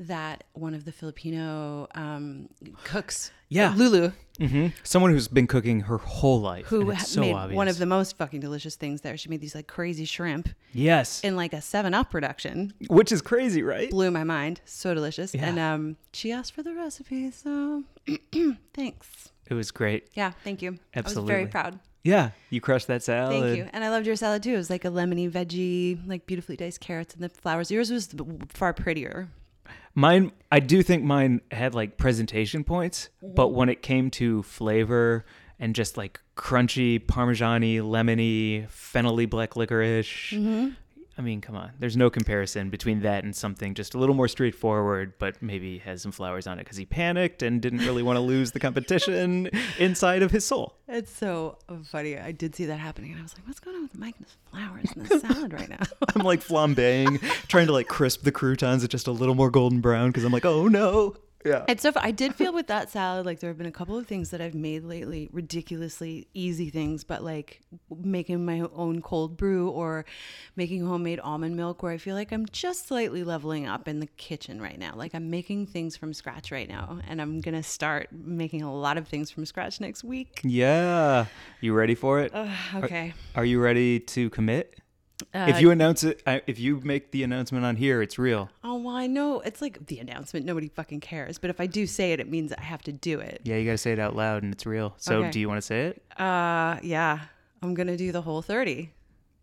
[SPEAKER 2] that one of the Filipino um, cooks,
[SPEAKER 3] Yeah.
[SPEAKER 2] Lulu,
[SPEAKER 3] hmm Someone who's been cooking her whole life.
[SPEAKER 2] Mm-hmm. who
[SPEAKER 3] and it's
[SPEAKER 2] ha-
[SPEAKER 3] so
[SPEAKER 2] made
[SPEAKER 3] obvious.
[SPEAKER 2] one of the most fucking delicious things there. She made these like crazy shrimp
[SPEAKER 3] Yes.
[SPEAKER 2] in like a Seven Up production.
[SPEAKER 3] Which is crazy, right?
[SPEAKER 2] Blew my mind. So delicious.
[SPEAKER 3] Yeah.
[SPEAKER 2] And um, she asked for the recipe, so thanks.
[SPEAKER 3] It was great.
[SPEAKER 2] Yeah, thank you. I was
[SPEAKER 3] Absolutely. Uh,
[SPEAKER 2] very proud.
[SPEAKER 3] Yeah. You crushed that salad.
[SPEAKER 2] Thank you. And I loved your salad too. It was like a lemony veggie, like beautifully diced carrots and the flowers. Yours was b- far prettier.
[SPEAKER 3] Mine, I do think mine had like presentation points,
[SPEAKER 2] Mm-hmm.
[SPEAKER 3] but when it came to flavor and just like crunchy, parmesan-y, lemony, fennelly black licorice,
[SPEAKER 2] Mm-hmm.
[SPEAKER 3] I mean, come on. There's no comparison between that and something just a little more straightforward, but maybe has some flowers on it because he panicked and didn't really want to lose the competition inside of his soul.
[SPEAKER 2] It's so funny. I did see that happening, and I was like, "What's going on with Mike and his flowers and the salad right now?"
[SPEAKER 3] I'm like flambeing, trying to like crisp the croutons at just a little more golden brown because I'm like, oh no. Yeah.
[SPEAKER 2] It's so. fu- I did feel with that salad like there have been a couple of things that I've made lately, ridiculously easy things, but like making my own cold brew or making homemade almond milk, where I feel like I'm just slightly leveling up in the kitchen right now. Like I'm making things from scratch right now, and I'm gonna start making a lot of things from scratch next week.
[SPEAKER 3] Yeah. You ready for it?
[SPEAKER 2] Okay.
[SPEAKER 3] Are you ready to commit?
[SPEAKER 2] Uh,
[SPEAKER 3] if you announce it, I, if you make the announcement on here, it's real.
[SPEAKER 2] Oh well, I know it's like the announcement. Nobody fucking cares, but if I do say it, it means I have to do it.
[SPEAKER 3] Yeah, you got to say it out loud and it's real. So,
[SPEAKER 2] Okay.
[SPEAKER 3] do you want to say it?
[SPEAKER 2] Uh, yeah, I'm gonna do the whole thirty.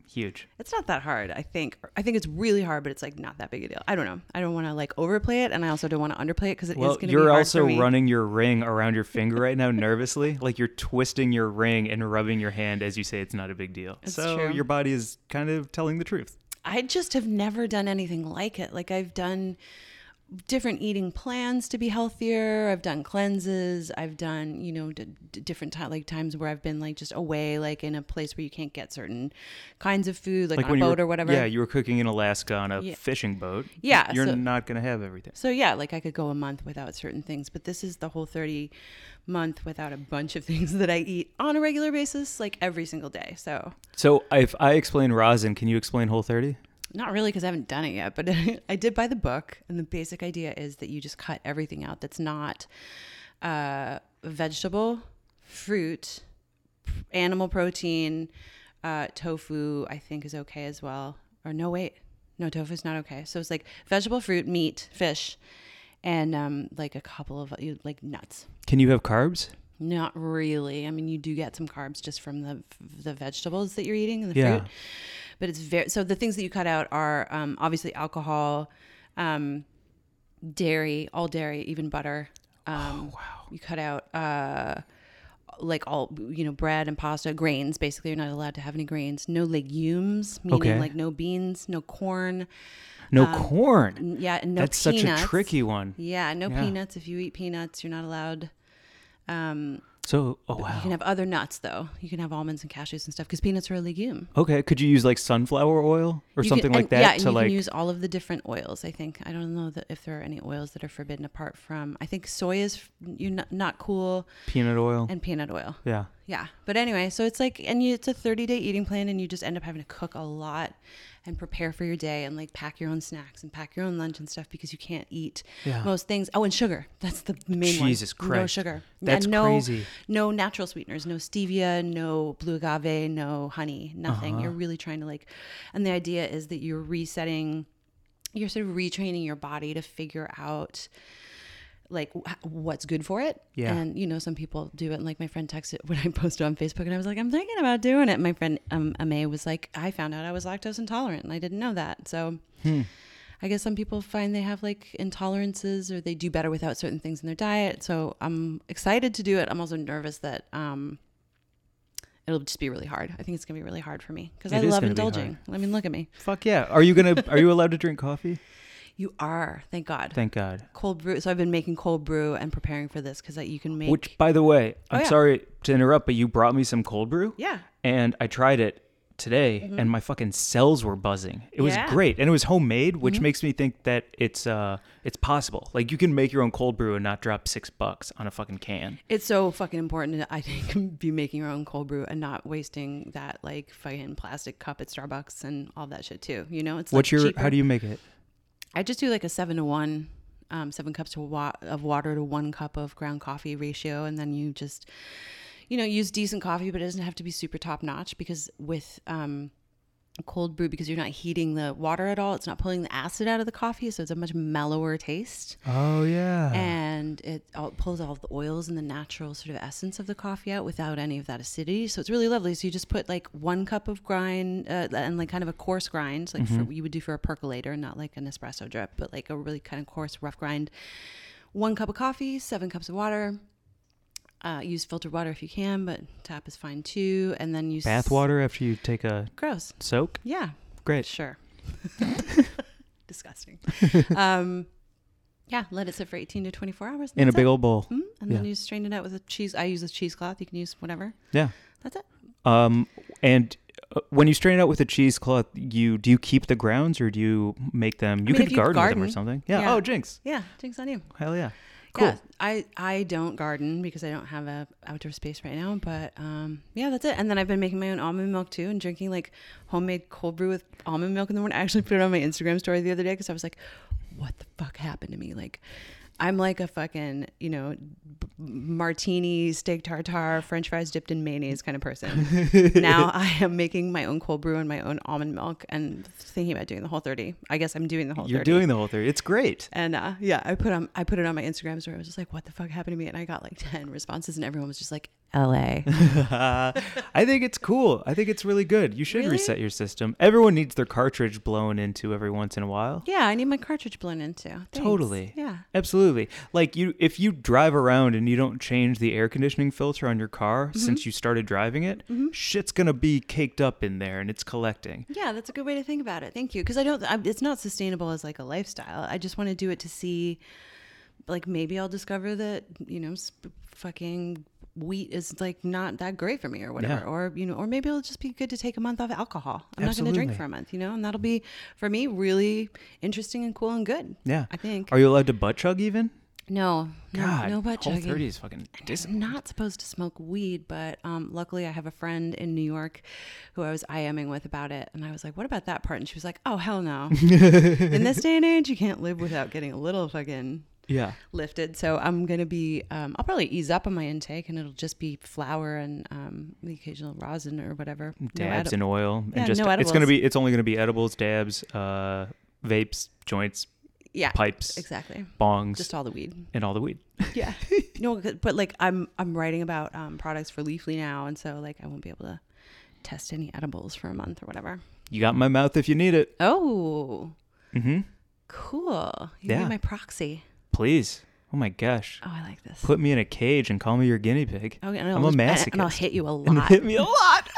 [SPEAKER 3] Huge.
[SPEAKER 2] It's not that hard, I think. I think it's really hard, but it's like not that big a deal. I don't know. I don't want to like overplay it, and I also don't want to underplay it because it
[SPEAKER 3] Well,
[SPEAKER 2] going to be
[SPEAKER 3] you're
[SPEAKER 2] hard
[SPEAKER 3] also
[SPEAKER 2] for me.
[SPEAKER 3] running your ring around your finger right now nervously. Like you're twisting your ring and rubbing your hand as you say it's not a big deal. so,
[SPEAKER 2] true.
[SPEAKER 3] your body is kind of telling the truth.
[SPEAKER 2] I just have never done anything like it. Like I've done different eating plans to be healthier. I've done cleanses. I've done you know d- d- different ti like times where I've been like just away, like in a place where you can't get certain kinds of food, like, on a
[SPEAKER 3] you
[SPEAKER 2] boat
[SPEAKER 3] were-
[SPEAKER 2] or whatever.
[SPEAKER 3] Yeah, you were cooking in Alaska on a
[SPEAKER 2] Yeah.
[SPEAKER 3] fishing boat.
[SPEAKER 2] Yeah,
[SPEAKER 3] You're
[SPEAKER 2] so-
[SPEAKER 3] not going to have everything.
[SPEAKER 2] So yeah, like I could go a month without certain things, but this is the whole 30 month without a bunch of things that I eat on a regular basis, like every single day. So
[SPEAKER 3] So, if I explain rosin, can you explain Whole 30?
[SPEAKER 2] not really because I haven't done it yet, but I did buy the book, and the basic idea is that you just cut everything out that's not uh, vegetable, fruit, animal protein, uh, tofu. I think is okay as well. Or no, wait, no tofu's not okay. So it's like vegetable, fruit, meat, fish, and um, like a couple of you- like nuts.
[SPEAKER 3] Can you have carbs?
[SPEAKER 2] Not really. I mean, you do get some carbs just from the the vegetables that you're eating and the
[SPEAKER 3] Yeah.
[SPEAKER 2] fruit, but it's very so. The things that you cut out are um, obviously alcohol, um, dairy, all dairy, even butter.
[SPEAKER 3] Oh,
[SPEAKER 2] Um, wow. You cut out uh, like all you know, bread and pasta, grains. Basically, you're not allowed to have any grains. No legumes, meaning
[SPEAKER 3] Okay.
[SPEAKER 2] like no beans, no corn.
[SPEAKER 3] No corn.
[SPEAKER 2] Uh, N- Yeah, and no
[SPEAKER 3] That's
[SPEAKER 2] peanuts.
[SPEAKER 3] such a tricky one.
[SPEAKER 2] Yeah, no
[SPEAKER 3] Yeah.
[SPEAKER 2] peanuts. If you eat peanuts, you're not allowed. Um,
[SPEAKER 3] So, oh
[SPEAKER 2] you can
[SPEAKER 3] wow.
[SPEAKER 2] have other nuts though. You can have almonds and cashews and stuff because peanuts are a legume.
[SPEAKER 3] Okay, could you use like sunflower oil or
[SPEAKER 2] You can-
[SPEAKER 3] something like
[SPEAKER 2] and- Yeah,
[SPEAKER 3] that
[SPEAKER 2] and
[SPEAKER 3] to
[SPEAKER 2] you
[SPEAKER 3] like
[SPEAKER 2] can use all of the different oils. I think I don't know that if there are any oils that are forbidden apart from. I think soy is f- you're not, not cool
[SPEAKER 3] peanut oil?
[SPEAKER 2] and peanut oil.
[SPEAKER 3] yeah.
[SPEAKER 2] Yeah, but anyway, so it's like, and you, it's a 30 day eating plan, and you just end up having to cook a lot and prepare for your day and like pack your own snacks and pack your own lunch and stuff because you can't eat
[SPEAKER 3] Yeah.
[SPEAKER 2] most things. Oh, and sugar. That's the main one.
[SPEAKER 3] Jesus
[SPEAKER 2] No
[SPEAKER 3] Christ.
[SPEAKER 2] sugar.
[SPEAKER 3] That's
[SPEAKER 2] and no,
[SPEAKER 3] crazy.
[SPEAKER 2] No natural sweeteners, no stevia, no blue agave, no honey,
[SPEAKER 3] Uh-huh.
[SPEAKER 2] nothing. You're really trying to like, and the idea is that you're resetting, you're sort of retraining your body to figure out like wh- what's good for it.
[SPEAKER 3] Yeah.
[SPEAKER 2] And you know, some people do it. And like my friend texted when I posted on Facebook, and I was like, I'm thinking about doing it. And my friend um, Ame was like, I found out I was lactose intolerant, and I didn't know that. So.
[SPEAKER 3] Hmm.
[SPEAKER 2] I guess some people find they have like intolerances or they do better without certain things in their diet. So I'm excited to do it. I'm also nervous that um, it'll just be really hard. I think it's going to be really hard for me because I
[SPEAKER 3] It is
[SPEAKER 2] love
[SPEAKER 3] gonna be
[SPEAKER 2] indulging. I mean, look at me.
[SPEAKER 3] Fuck yeah. Are you going to are you allowed to drink coffee?
[SPEAKER 2] You are. Thank God.
[SPEAKER 3] Thank God.
[SPEAKER 2] cold brew. So I've been making cold brew and preparing for this because you can make. Oh,
[SPEAKER 3] Which by the way, I'm
[SPEAKER 2] yeah.
[SPEAKER 3] sorry to interrupt, but you brought me some cold brew?
[SPEAKER 2] yeah.
[SPEAKER 3] and I tried it today and my fucking cells were buzzing. It was
[SPEAKER 2] Mm-hmm. Yeah. Mm-hmm.
[SPEAKER 3] great and it was homemade, which makes me think that it's uh it's possible. Like you can make your own cold brew and not drop 6 bucks on a fucking can.
[SPEAKER 2] It's so fucking important to, I think, be making your own cold brew and not wasting that like fucking plastic cup at Starbucks and all that shit too. You know, it's
[SPEAKER 3] What's
[SPEAKER 2] like
[SPEAKER 3] your how do you make it?
[SPEAKER 2] I just do like a seven to one. um, seven cups to wa- of water to one cup of ground coffee ratio, and then you just, you know, use decent coffee, but it doesn't have to be super top notch because with um, cold brew, because you're not heating the water at all, it's not pulling the acid out of the coffee, so it's a much mellower taste
[SPEAKER 4] Oh yeah.
[SPEAKER 3] Uh-huh.
[SPEAKER 2] and it all pulls all of the oils and the natural sort of essence of the coffee out without any of that acidity. So it's really lovely. So you just put like one cup of grind uh, and like kind of a coarse grind, like
[SPEAKER 3] Mm-hmm.
[SPEAKER 2] for, you would do for a percolator, not like an espresso drip, but like a really kind of coarse, rough grind. One cup of coffee, seven cups of water. Uh, use filtered water if you can, but tap is fine too. And then use
[SPEAKER 3] Bath water after you take a
[SPEAKER 2] Gross.
[SPEAKER 3] soak.
[SPEAKER 2] Yeah,
[SPEAKER 3] Great.
[SPEAKER 2] Sure. Disgusting. um, yeah, let it sit for 18 to 24 hours. and
[SPEAKER 3] In a
[SPEAKER 2] that's
[SPEAKER 3] big
[SPEAKER 2] it.
[SPEAKER 3] old bowl.
[SPEAKER 2] Mm, and then
[SPEAKER 3] Yeah.
[SPEAKER 2] you strain it out with a cheese. I use a cheesecloth. You can use whatever.
[SPEAKER 3] Yeah.
[SPEAKER 2] That's it.
[SPEAKER 3] Um, and uh, when you strain it out with a cheesecloth, you do you keep the grounds or do you make them? You
[SPEAKER 2] mean,
[SPEAKER 3] could
[SPEAKER 2] if you
[SPEAKER 3] garden, with them or
[SPEAKER 2] garden,
[SPEAKER 3] something. Yeah.
[SPEAKER 2] yeah.
[SPEAKER 3] Oh, jinx.
[SPEAKER 2] Yeah, drinks on you.
[SPEAKER 3] Hell yeah. Cool.
[SPEAKER 2] Yeah, I I don't garden because I don't have a outdoor space right now. But um, yeah, that's it. And then I've been making my own almond milk too, and drinking like homemade cold brew with almond milk in the morning. I actually put it on my Instagram story the other day because I was like, "What the fuck happened to me?" Like. I'm like a fucking, you know, b- martini, steak tartare, french fries dipped in mayonnaise kind of person. now I am making my own cold brew and my own almond milk and thinking about doing the whole 30. I guess I'm doing the whole 30.
[SPEAKER 3] You're doing the whole thing. It's great.
[SPEAKER 2] And uh, yeah, I put on I put it on my Instagram story. I was just like, "What the fuck happened to me?" And I got like ten responses, and everyone was just like, "L.A."
[SPEAKER 3] I think it's cool. I think it's really good. You should
[SPEAKER 2] Really?
[SPEAKER 3] reset your system. Everyone needs their cartridge blown into every once in a while.
[SPEAKER 2] yeah, I need my cartridge blown into. Thanks.
[SPEAKER 3] Totally.
[SPEAKER 2] Yeah.
[SPEAKER 3] Absolutely. Like you if you drive around and you don't change the air conditioning filter on your car
[SPEAKER 2] Mm-hmm.
[SPEAKER 3] since you started driving it, shit's going to be caked up in there and it's collecting.
[SPEAKER 2] Yeah, that's a good way to think about it. Thank you, because I don't. I, it's not sustainable as like a lifestyle. I just want to do it to see, like maybe I'll discover that you know, sp- fucking wheat is like not that great for me or whatever,
[SPEAKER 3] Yeah.
[SPEAKER 2] or you know, or maybe it'll just be good to take a month off alcohol. I'm not going to
[SPEAKER 3] Absolutely.
[SPEAKER 2] drink for a month, you know, and that'll be for me really interesting and cool and good.
[SPEAKER 3] Yeah.
[SPEAKER 2] I think.
[SPEAKER 3] Are you allowed to butt chug even?
[SPEAKER 2] No, no,
[SPEAKER 3] God.
[SPEAKER 2] no butt
[SPEAKER 3] Whole
[SPEAKER 2] chugging.
[SPEAKER 3] 30 is fucking dis-
[SPEAKER 2] I'm not supposed to smoke weed, but um, luckily I have a friend in New York who I was IMing with about it, and I was like, "What about that part?" And she was like, "Oh hell no! in this day and age, you can't live without getting a little fucking
[SPEAKER 3] Yeah.
[SPEAKER 2] lifted." So I'm gonna be, um, I'll probably ease up on my intake, and it'll just be flour and um, the occasional rosin or whatever. No
[SPEAKER 3] Dabs
[SPEAKER 2] edi-
[SPEAKER 3] and oil and
[SPEAKER 2] Yeah,
[SPEAKER 3] just
[SPEAKER 2] no
[SPEAKER 3] it's going to
[SPEAKER 2] edibles.
[SPEAKER 3] be it's only going to be edibles, dabs, uh vapes, joints,
[SPEAKER 2] yeah,
[SPEAKER 3] pipes,
[SPEAKER 2] exactly.
[SPEAKER 3] bongs
[SPEAKER 2] Just all the weed.
[SPEAKER 3] and all the weed.
[SPEAKER 2] Yeah. no, 'cause- but like I'm I'm writing about um, products for Leafly now, and so like I won't be able to test any edibles for a month or whatever.
[SPEAKER 3] You got my mouth if you need it.
[SPEAKER 2] Oh,
[SPEAKER 3] Mhm.
[SPEAKER 2] cool. You
[SPEAKER 3] Yeah.
[SPEAKER 2] be my proxy.
[SPEAKER 3] Please. Oh my gosh.
[SPEAKER 2] Oh, I like this.
[SPEAKER 3] Put me in a cage and call me your guinea pig.
[SPEAKER 2] Okay, and
[SPEAKER 3] I'm
[SPEAKER 2] I'll
[SPEAKER 3] a
[SPEAKER 2] just-
[SPEAKER 3] masochist.
[SPEAKER 2] and I'll hit you a
[SPEAKER 3] And
[SPEAKER 2] lot.
[SPEAKER 3] hit me a lot.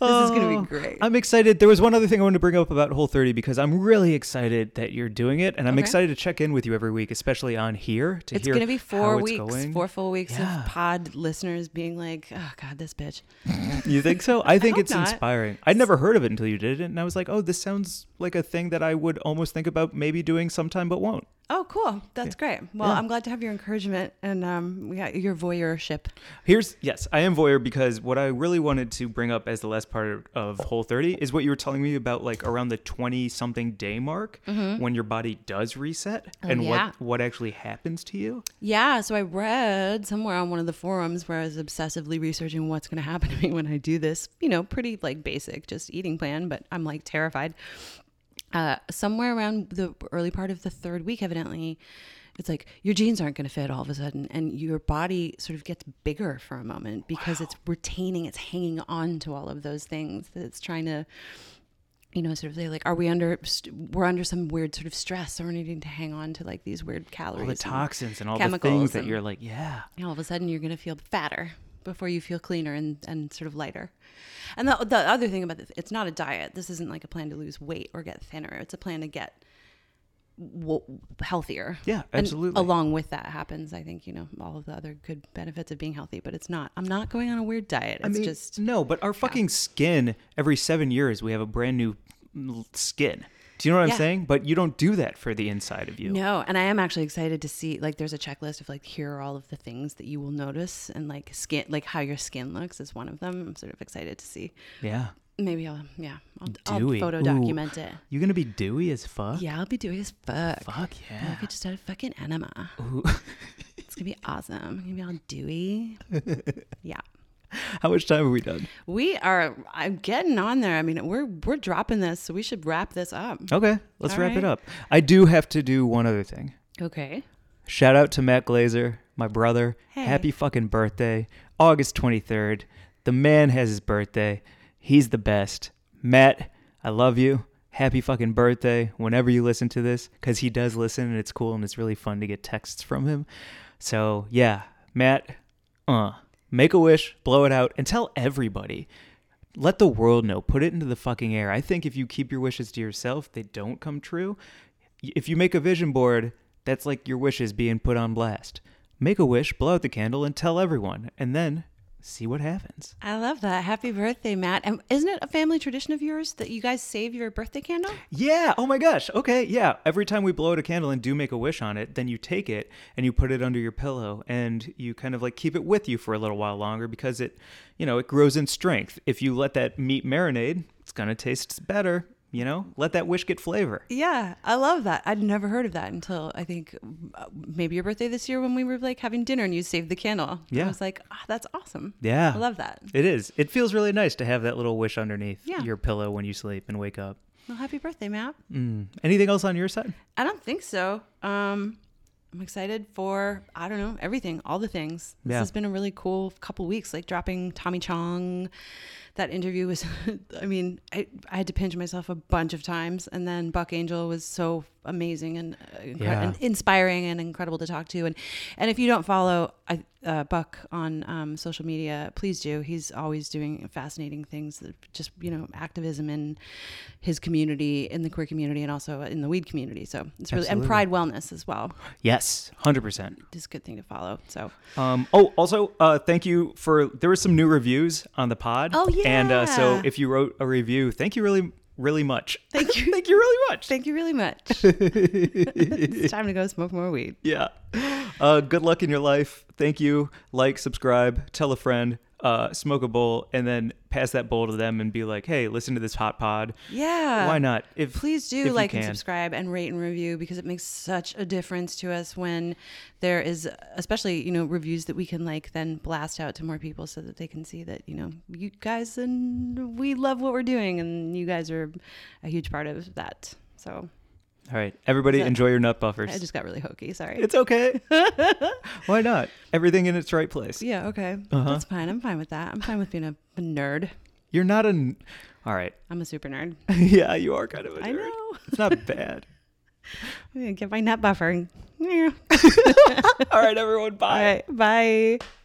[SPEAKER 2] This is gonna be great.
[SPEAKER 3] I'm excited. There was one other thing I wanted to bring up about Whole 30 because I'm really excited that you're doing it, and I'm
[SPEAKER 2] Okay.
[SPEAKER 3] excited to check in with you every week, especially on here to
[SPEAKER 2] It's
[SPEAKER 3] hear
[SPEAKER 2] gonna be
[SPEAKER 3] how
[SPEAKER 2] four
[SPEAKER 3] it's
[SPEAKER 2] weeks,
[SPEAKER 3] going.
[SPEAKER 2] four full weeks
[SPEAKER 3] Yeah.
[SPEAKER 2] of pod listeners being like, "Oh God, this bitch."
[SPEAKER 3] You think so? I think
[SPEAKER 2] hope
[SPEAKER 3] it's
[SPEAKER 2] not.
[SPEAKER 3] inspiring. I'd never heard of it until you did it, and I was like, oh, this sounds like a thing that I would almost think about maybe doing sometime, but won't.
[SPEAKER 2] Oh, cool. That's great. Well,
[SPEAKER 3] Yeah.
[SPEAKER 2] I'm glad to have your encouragement and um, yeah, your voyeurship.
[SPEAKER 3] Here's yes, I am voyeur because what I really wanted to bring up as the last part of Whole 30 is what you were telling me about like around the 20 something day mark when your body does reset
[SPEAKER 2] Mm-hmm.
[SPEAKER 3] and
[SPEAKER 2] Oh, yeah.
[SPEAKER 3] what what actually happens to you.
[SPEAKER 2] Yeah, so I read somewhere on one of the forums where I was obsessively researching what's going to happen to me when I do this, you know, pretty like basic just eating plan, but I'm like terrified. Uh, somewhere around the early part of the third week, evidently, it's like your jeans aren't going to fit all of a sudden, and your body sort of gets bigger for a moment because it's retaining, it's hanging on to all of those things that it's trying to you know, sort of they like, are we under, st- we're under some weird sort of stress, so we're needing to hang on to like these weird calories.
[SPEAKER 3] All the
[SPEAKER 2] and-
[SPEAKER 3] toxins and all the
[SPEAKER 2] chemicals
[SPEAKER 3] things that
[SPEAKER 2] and-
[SPEAKER 3] you're like, yeah.
[SPEAKER 2] and all of a sudden you're going to feel fatter before you feel cleaner and, and sort of lighter. And the, the other thing about this, it's not a diet. This isn't like a plan to lose weight or get thinner. It's a plan to get w- healthier.
[SPEAKER 3] Yeah,
[SPEAKER 2] And
[SPEAKER 3] absolutely.
[SPEAKER 2] along with that happens, I think, you know, all of the other good benefits of being healthy, but it's not, I'm not going on a weird diet. It's
[SPEAKER 3] I mean,
[SPEAKER 2] just,
[SPEAKER 3] no, but our fucking skin every 7 years we have a brand new l- skin. Do you know what
[SPEAKER 2] Yeah.
[SPEAKER 3] I'm saying? But you don't do that for the inside of you.
[SPEAKER 2] No, and I am actually excited to see like there's a checklist of like here are all of the things that you will notice and like skin like how your skin looks is one of them. I'm sort of excited to see
[SPEAKER 3] Yeah.
[SPEAKER 2] Maybe I'll yeah. I'll, I'll
[SPEAKER 3] Dewey.
[SPEAKER 2] photo
[SPEAKER 3] Ooh.
[SPEAKER 2] document it.
[SPEAKER 3] You gonna be dewy as fuck?
[SPEAKER 2] Yeah, I'll be doing as fuck.
[SPEAKER 3] Fuck yeah.
[SPEAKER 2] Look, I just had a fucking enema.
[SPEAKER 3] Ooh.
[SPEAKER 2] It's gonna be awesome. I'm gonna be all dewy. yeah.
[SPEAKER 3] How much time have we done?
[SPEAKER 2] We are I'm getting on there. I mean, we're we're dropping this, so we should wrap this up.
[SPEAKER 3] Okay, let's
[SPEAKER 2] All
[SPEAKER 3] wrap
[SPEAKER 2] right.
[SPEAKER 3] it up. I do have to do one other thing.
[SPEAKER 2] Okay.
[SPEAKER 3] Shout out to Matt Glazer, my brother.
[SPEAKER 2] Hey.
[SPEAKER 3] Happy fucking birthday. August 23rd. The man has his birthday. He's the best. Matt, I love you. Happy fucking birthday whenever you listen to this because he does listen and it's cool and it's really fun to get texts from him. So, yeah, Matt, uh, make a wish, blow it out, and tell everybody. Let the world know. Put it into the fucking air. I think if you keep your wishes to yourself, they don't come true. Y- If you make a vision board, that's like your wishes being put on blast. Make a wish, blow out the candle, and tell everyone, and then see what happens.
[SPEAKER 2] I love that. Happy birthday, Matt. And isn't it a family tradition of yours that you guys save your birthday candle?
[SPEAKER 3] Yeah. Oh my gosh. Okay. Yeah. Every time we blow out a candle and do make a wish on it, then you take it and you put it under your pillow and you kind of like keep it with you for a little while longer because it, you know, it grows in strength. If you let that meat marinade, it's going to taste better. You know, let that wish get flavor.
[SPEAKER 2] Yeah, I love that. I'd never heard of that until I think uh, maybe your birthday this year when we were like having dinner and you saved the candle.
[SPEAKER 3] Yeah.
[SPEAKER 2] I was like, oh, that's awesome.
[SPEAKER 3] Yeah.
[SPEAKER 2] I love that.
[SPEAKER 3] It is. It feels really nice to have that little wish underneath
[SPEAKER 2] Yeah.
[SPEAKER 3] your pillow when you sleep and wake up.
[SPEAKER 2] Well, happy birthday, Matt.
[SPEAKER 3] Anything else on your side?
[SPEAKER 2] I don't think so. Um, I'm excited for I don't know everything, all the things. This
[SPEAKER 3] Yeah.
[SPEAKER 2] has been a really cool couple weeks. Like dropping Tommy Chong, that interview was. I mean, I, I had to pinch myself a bunch of times, and then Buck Angel was so amazing and, uh, incre-
[SPEAKER 3] Yeah.
[SPEAKER 2] and inspiring and incredible to talk to. And and if you don't follow I, uh, Buck on um, social media, please do. He's always doing fascinating things, that just you know, activism in his community, in the queer community, and also in the weed community. So it's really and
[SPEAKER 3] Absolutely.
[SPEAKER 2] Pride Wellness as well.
[SPEAKER 3] Yes, hundred percent.
[SPEAKER 2] Just a good thing to follow. So
[SPEAKER 3] Um, oh, also, uh, thank you for there were some new reviews on the pod.
[SPEAKER 2] Oh,
[SPEAKER 3] and uh, so
[SPEAKER 2] yeah.
[SPEAKER 3] if you wrote a review, thank you really, really much.
[SPEAKER 2] Thank you.
[SPEAKER 3] thank you really much.
[SPEAKER 2] thank you really much. it's time to go smoke more weed.
[SPEAKER 3] yeah. Uh, good luck in your life. Thank you. Like, subscribe, tell a friend, uh, smoke a bowl, and then pass that bowl to them and be like, hey, listen to this hot pod.
[SPEAKER 2] Yeah.
[SPEAKER 3] Why not? If
[SPEAKER 2] please
[SPEAKER 3] if
[SPEAKER 2] do
[SPEAKER 3] you
[SPEAKER 2] like and
[SPEAKER 3] can.
[SPEAKER 2] subscribe and rate and review because it makes such a difference to us when there is especially you know reviews that we can like then blast out to more people so that they can see that you know you guys and we love what we're doing and you guys are a huge part of that so
[SPEAKER 3] All right, everybody,
[SPEAKER 2] Yeah.
[SPEAKER 3] enjoy your nut buffers.
[SPEAKER 2] i just got really hokey sorry
[SPEAKER 3] It's okay. Why not? Everything in its right place.
[SPEAKER 2] yeah okay
[SPEAKER 3] Uh-huh.
[SPEAKER 2] that's fine i'm fine with that i'm fine with being a, a nerd
[SPEAKER 3] You're not a. n- All right.
[SPEAKER 2] i'm a super nerd
[SPEAKER 3] yeah, you are kind of a nerd.
[SPEAKER 2] i know
[SPEAKER 3] It's not bad.
[SPEAKER 2] i'm gonna get my nut buffer Yeah.
[SPEAKER 3] All right, everyone. Bye.
[SPEAKER 2] all right bye